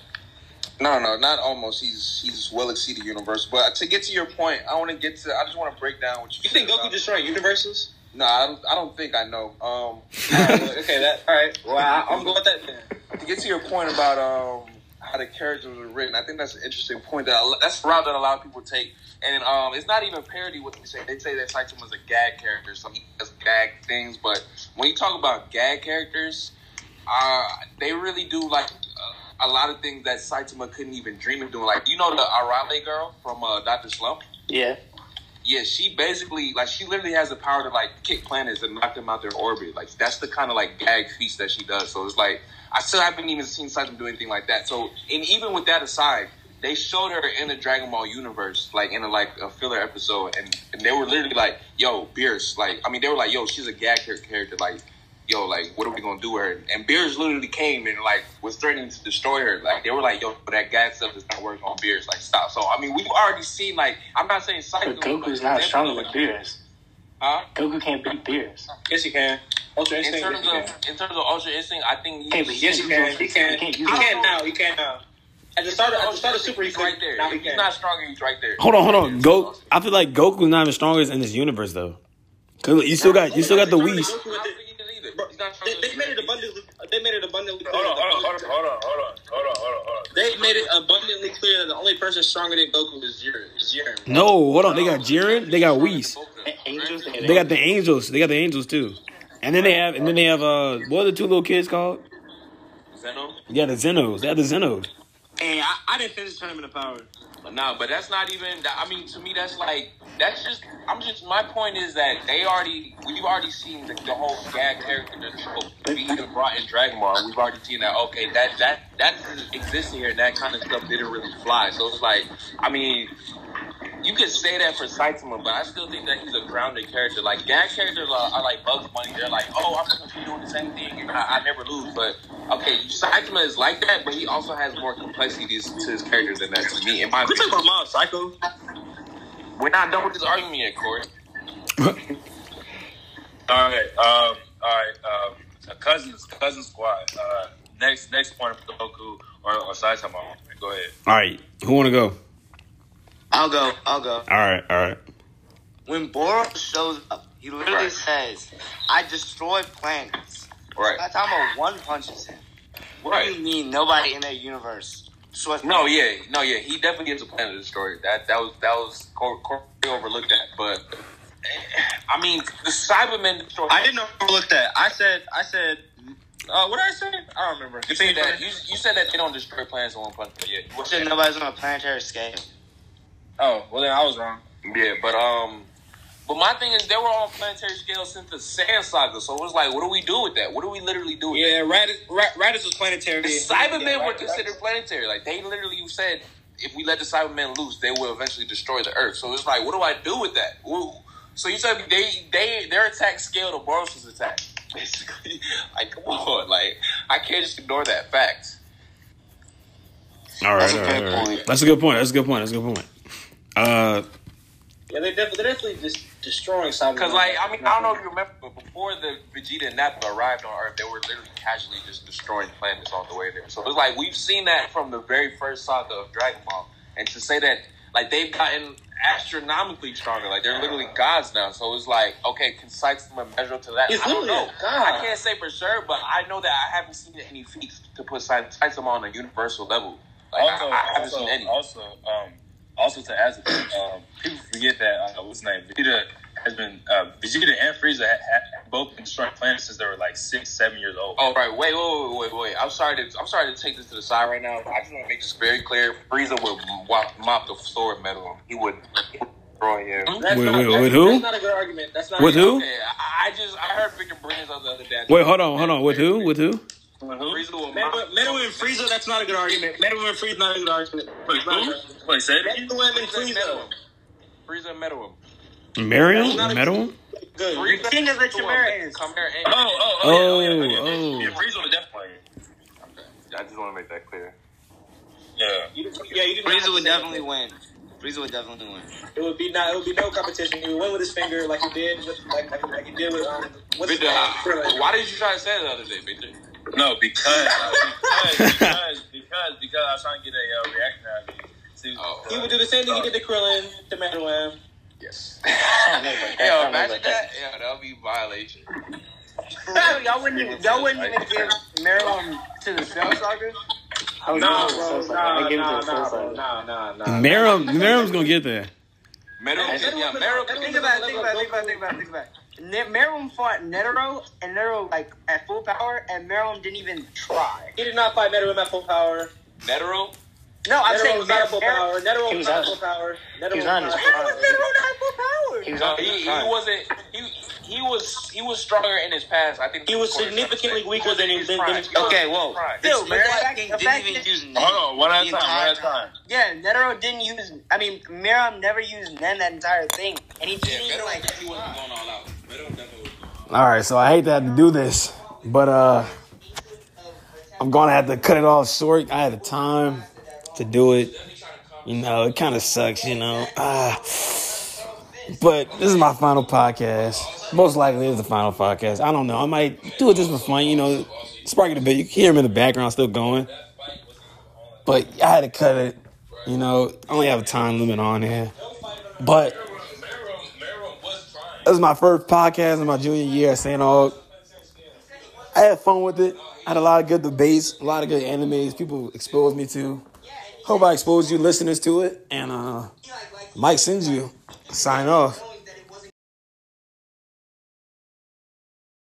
[SPEAKER 2] No, no, not almost. He's he's well exceeded universe. But to get to your point, I want to get to. I just want to break down what you.
[SPEAKER 3] You think
[SPEAKER 2] said
[SPEAKER 3] Goku
[SPEAKER 2] about-
[SPEAKER 3] destroying universes?
[SPEAKER 2] No, I don't, I don't think I know. Um,
[SPEAKER 3] okay, that all right. Well, I, I'm going with that then.
[SPEAKER 2] to get to your point about um, how the characters were written, I think that's an interesting point. That I, that's the route that a lot of people take, and um, it's not even parody what they say. They say that Saitama's a gag character, so he does gag things. But when you talk about gag characters, uh, they really do like uh, a lot of things that Saitama couldn't even dream of doing. Like you know the Arale girl from uh, Doctor Slump.
[SPEAKER 6] Yeah.
[SPEAKER 2] Yeah, she basically like she literally has the power to like kick planets and knock them out their orbit. Like that's the kind of like gag feast that she does. So it's like I still haven't even seen Saitama do anything like that. So and even with that aside, they showed her in the Dragon Ball universe, like in a like a filler episode, and, and they were literally like, "Yo, Beerus," like I mean, they were like, "Yo, she's a gag char- character," like. Yo, like, what are we gonna do with her? And Beers literally came and like was threatening to destroy her. Like, they were like, "Yo, that gag stuff is not working on Beers. Like, stop." So, I mean, we've already seen like, I'm not saying Saitama.
[SPEAKER 6] But Goku's not stronger than Beerus.
[SPEAKER 2] Huh?
[SPEAKER 6] Goku can't beat Beerus.
[SPEAKER 3] Yes, you can. Ultra
[SPEAKER 2] In
[SPEAKER 3] Instinct.
[SPEAKER 2] terms
[SPEAKER 3] yes, you
[SPEAKER 2] of
[SPEAKER 3] can.
[SPEAKER 2] in terms of Ultra Instinct, I think he-
[SPEAKER 6] Okay, but
[SPEAKER 3] Yes, you can. You can.
[SPEAKER 6] He can't
[SPEAKER 3] You
[SPEAKER 6] use it.
[SPEAKER 3] can now. You can now. At the start of, at the start of Super, you
[SPEAKER 2] he's right
[SPEAKER 3] could.
[SPEAKER 2] there.
[SPEAKER 3] Now
[SPEAKER 2] If
[SPEAKER 3] he
[SPEAKER 2] he's
[SPEAKER 3] can.
[SPEAKER 2] not stronger, he's right there.
[SPEAKER 1] Hold on, hold on. Go. I feel like Goku's not even strongest in this universe though. Cause you still got you still got the Whis.
[SPEAKER 2] I don't think he is either.
[SPEAKER 3] Bro,
[SPEAKER 2] He's not
[SPEAKER 3] They,
[SPEAKER 2] stronger
[SPEAKER 3] they
[SPEAKER 2] than
[SPEAKER 3] made it
[SPEAKER 2] Beerus.
[SPEAKER 3] abundantly. They made it abundantly. Clear
[SPEAKER 5] Hold on,
[SPEAKER 3] that
[SPEAKER 5] hold on,
[SPEAKER 3] the-
[SPEAKER 5] hold on, hold on, hold on, hold on, hold on, hold on.
[SPEAKER 3] They made it abundantly clear that the only person stronger than Goku is Jiren. Is Jiren.
[SPEAKER 1] No, hold on. They got Jiren. They got Whis.
[SPEAKER 6] Angels,
[SPEAKER 1] They got the Angels. They got the Angels too. And then they have and then they have uh what are the two little kids called?
[SPEAKER 2] Zeno?
[SPEAKER 1] Yeah, the Zenos. They have the Zenos.
[SPEAKER 3] Hey, I, I didn't finish Tournament of Power.
[SPEAKER 2] But No, but that's not even. I mean, to me, that's like that's just. I'm just. My point is that they already. We've already seen the, the whole gag character that's supposed to be even brought in Dragon Ball. We've already seen that. Okay, that that that existed here, and that kind of stuff didn't really fly. So it's like, I mean, you could say that for Saitama, but I still think that he's a grounded character. Like gag characters are, are like Bugs Bunny. They're like, oh, I'm gonna keep doing the same thing, and I, I never lose. But okay, Saitama is like that, but he also has more complexities to his characters than that to me. In my
[SPEAKER 3] We talking
[SPEAKER 2] opinion.
[SPEAKER 3] about Mob Psycho?
[SPEAKER 2] We're not done with this argument yet, Corey.
[SPEAKER 5] All right, um, all right, um, cousins, cousin squad. Uh, next, next point of Goku or, or Saitama. Go ahead.
[SPEAKER 1] All right, who want to go?
[SPEAKER 7] I'll go. I'll go.
[SPEAKER 1] All right, all right.
[SPEAKER 7] When Boros shows up, he literally
[SPEAKER 2] Right.
[SPEAKER 7] says, "I destroy planets."
[SPEAKER 2] Right.
[SPEAKER 7] Saitama one punches him. What do you mean nobody in their universe? So it's-
[SPEAKER 2] No, yeah, no, yeah. He definitely is a planet destroyer. That that was that was Corey, Corey overlooked that, but eh, I mean the Cybermen destroyed.
[SPEAKER 3] I didn't overlook that. I said. I said. Uh, what did I say? I don't remember.
[SPEAKER 2] You said that you, you said that they don't destroy planets in one punch, but yeah.
[SPEAKER 7] Said nobody's on a planetary scale.
[SPEAKER 3] Oh well, then I was wrong.
[SPEAKER 2] Yeah, but um, but my thing is they were on planetary scale since the Sand Saga, so it was like, what do we do with that? What do we literally do with
[SPEAKER 3] Yeah, Radis, Ra- Radis was planetary.
[SPEAKER 2] The Cybermen
[SPEAKER 3] Yeah,
[SPEAKER 2] were
[SPEAKER 3] Radis-
[SPEAKER 2] considered planetary. Like they literally said, if we let the Cybermen loose, they will eventually destroy the Earth. So it's like, what do I do with that? Ooh. So you tell me they they their attack scaled to Boros' attack, basically. Like, come on, like I can't just ignore that fact.
[SPEAKER 8] All right,
[SPEAKER 4] That's a
[SPEAKER 8] all
[SPEAKER 4] good
[SPEAKER 8] right, all right.
[SPEAKER 4] point.
[SPEAKER 8] That's a good point. That's a good point. That's a good point. Uh,
[SPEAKER 3] Yeah, they def- they're definitely just destroying Cybermen.
[SPEAKER 2] Because like I mean I don't know if you remember, but before the Vegeta and Nappa arrived on Earth, they were literally casually just destroying planets on the way there. So it's like we've seen that from the very first saga of Dragon Ball, and to say that like they've gotten astronomically stronger, like they're literally gods now. So it's like okay, can Saitama measure up to that?
[SPEAKER 3] He's
[SPEAKER 2] I don't
[SPEAKER 3] literally
[SPEAKER 2] know.
[SPEAKER 3] a god.
[SPEAKER 2] I can't say for sure, but I know that I haven't seen any feats to put Sai- Saitama on a universal level. Like
[SPEAKER 5] also,
[SPEAKER 2] I, I haven't
[SPEAKER 5] also,
[SPEAKER 2] seen any.
[SPEAKER 5] also, um, also to add to that, um, people forget that uh, what's his name Vegeta has been uh, Vegeta and Frieza ha- ha- both been destroying planets since they were like six, seven years old.
[SPEAKER 2] Oh right, wait, wait, wait, wait, wait. I'm sorry to I'm sorry to take this to the side right now. I just want to make this very clear. Frieza would mop, mop the floor with metal. He would destroy him.
[SPEAKER 3] That's
[SPEAKER 8] Wait,
[SPEAKER 3] not-
[SPEAKER 8] wait,
[SPEAKER 3] that's-
[SPEAKER 8] with who?
[SPEAKER 3] That's not a good argument. That's not
[SPEAKER 8] With
[SPEAKER 3] a good
[SPEAKER 8] who?
[SPEAKER 2] Yeah, I, I just I heard Victor Bridges on the other day.
[SPEAKER 8] wait, hold on, hold on. With who? With who?
[SPEAKER 2] Frieza would mop.
[SPEAKER 3] Metal, Metal and Frieza, that's not a good argument. Metal and Frieza, not a good argument.
[SPEAKER 5] Wait, who? Wait, say it again.
[SPEAKER 3] Metal and
[SPEAKER 2] Frieza metal
[SPEAKER 3] Frieza,
[SPEAKER 2] him. Frieza metal him.
[SPEAKER 8] Miriam?
[SPEAKER 3] That's not a-
[SPEAKER 8] Metal?
[SPEAKER 3] good.
[SPEAKER 2] Frieza
[SPEAKER 4] Thing
[SPEAKER 2] metal
[SPEAKER 4] is that
[SPEAKER 2] him.
[SPEAKER 4] Chimera is-
[SPEAKER 2] Come here
[SPEAKER 5] Oh,
[SPEAKER 2] and
[SPEAKER 5] oh, oh, yeah, oh, yeah,
[SPEAKER 8] Oh,
[SPEAKER 5] oh, yeah.
[SPEAKER 8] oh.
[SPEAKER 5] yeah Frieza was definitely.
[SPEAKER 2] I just want to make that clear.
[SPEAKER 5] Yeah.
[SPEAKER 3] You, yeah, you didn't
[SPEAKER 9] Frieza would definitely win. Frieza would definitely win.
[SPEAKER 3] It would be not. It would be no competition. He would win with his finger, like he did, with, like, like, like he did with um, what's his
[SPEAKER 2] Victor,
[SPEAKER 3] name?
[SPEAKER 2] I-
[SPEAKER 5] uh,
[SPEAKER 3] Krillin.
[SPEAKER 2] why did you try to say that the other day, Victor?
[SPEAKER 5] No, because because because because because I was trying to get a uh, reaction out of you. See,
[SPEAKER 2] Oh.
[SPEAKER 3] He would do the same thing he did to Krillin, to Metal Man.
[SPEAKER 2] Yes.
[SPEAKER 4] like that.
[SPEAKER 2] Yo,
[SPEAKER 4] Something like
[SPEAKER 2] imagine that. Yeah, that would be violation.
[SPEAKER 4] Bro, y'all wouldn't even, y'all wouldn't even give Maryland to the Cell Saga.
[SPEAKER 6] I was
[SPEAKER 5] No,
[SPEAKER 6] giving it to
[SPEAKER 3] Bro,
[SPEAKER 6] Sosa. I gave it
[SPEAKER 3] nah,
[SPEAKER 6] to
[SPEAKER 3] nah, bro,
[SPEAKER 6] Sosa.
[SPEAKER 3] nah, nah,
[SPEAKER 1] oh.
[SPEAKER 3] nah.
[SPEAKER 8] Miriam? Miriam's gonna get there.
[SPEAKER 2] Metal, yeah, metal.
[SPEAKER 4] Think about it, think about it, think about it, think about it, think about it. Ne- Meruem fought Netero, and Netero, like, at full power, and Meruem didn't even try.
[SPEAKER 3] He did not fight Metal Man at full power.
[SPEAKER 2] Netero?
[SPEAKER 4] No, I'm
[SPEAKER 3] Netero
[SPEAKER 4] saying
[SPEAKER 3] was not at full
[SPEAKER 4] Meruem-
[SPEAKER 3] power. Netero
[SPEAKER 6] He
[SPEAKER 3] was
[SPEAKER 6] was
[SPEAKER 3] not at
[SPEAKER 6] out.
[SPEAKER 3] full power. Netero was
[SPEAKER 6] He was
[SPEAKER 3] not
[SPEAKER 6] on his
[SPEAKER 3] at full
[SPEAKER 4] How was
[SPEAKER 6] prime.
[SPEAKER 4] Netero not at full power?
[SPEAKER 6] He was
[SPEAKER 2] No,
[SPEAKER 6] on
[SPEAKER 2] he,
[SPEAKER 6] his
[SPEAKER 2] he
[SPEAKER 6] prime.
[SPEAKER 2] wasn't. He he was he was stronger in his past. I think
[SPEAKER 3] He was
[SPEAKER 2] that's what I'm trying to
[SPEAKER 3] significantly
[SPEAKER 2] say.
[SPEAKER 3] weaker than he-
[SPEAKER 2] His
[SPEAKER 3] than-
[SPEAKER 2] prime.
[SPEAKER 3] than-
[SPEAKER 2] He was
[SPEAKER 9] okay,
[SPEAKER 2] in his
[SPEAKER 9] whoa.
[SPEAKER 2] prime.
[SPEAKER 4] Still,
[SPEAKER 9] This
[SPEAKER 4] but the fact-
[SPEAKER 9] Meerkat
[SPEAKER 4] the
[SPEAKER 9] didn't
[SPEAKER 4] fact
[SPEAKER 9] even
[SPEAKER 4] that-
[SPEAKER 9] use Nen.
[SPEAKER 5] Hold on, one at a
[SPEAKER 9] The
[SPEAKER 5] time, one
[SPEAKER 9] entire
[SPEAKER 5] at a time.
[SPEAKER 4] Yeah, Netero didn't use. I mean, Meruem never used Nen that entire thing, and he
[SPEAKER 2] Yeah,
[SPEAKER 4] didn't even
[SPEAKER 2] Metal
[SPEAKER 4] like.
[SPEAKER 2] definitely wasn't going all out. Metal definitely was.
[SPEAKER 1] All right, so I hate to have to do this, but uh, I'm gonna have to cut it off short. I had the time to do it. You know, it kind of sucks, you know. Ah, but this is my final podcast. Most likely, it's the final podcast. I don't know. I might do it just for fun, you know. Sparking a bit. You can hear him in the background, still going. But I had to cut it. You know, I only have a time limit on here. But this is my first podcast in my junior year at St. Aug. I had fun with it. I had a lot of good debates, a lot of good animes people exposed me to. Hope I exposed you listeners to it. And uh, Mike sends you. Sign off.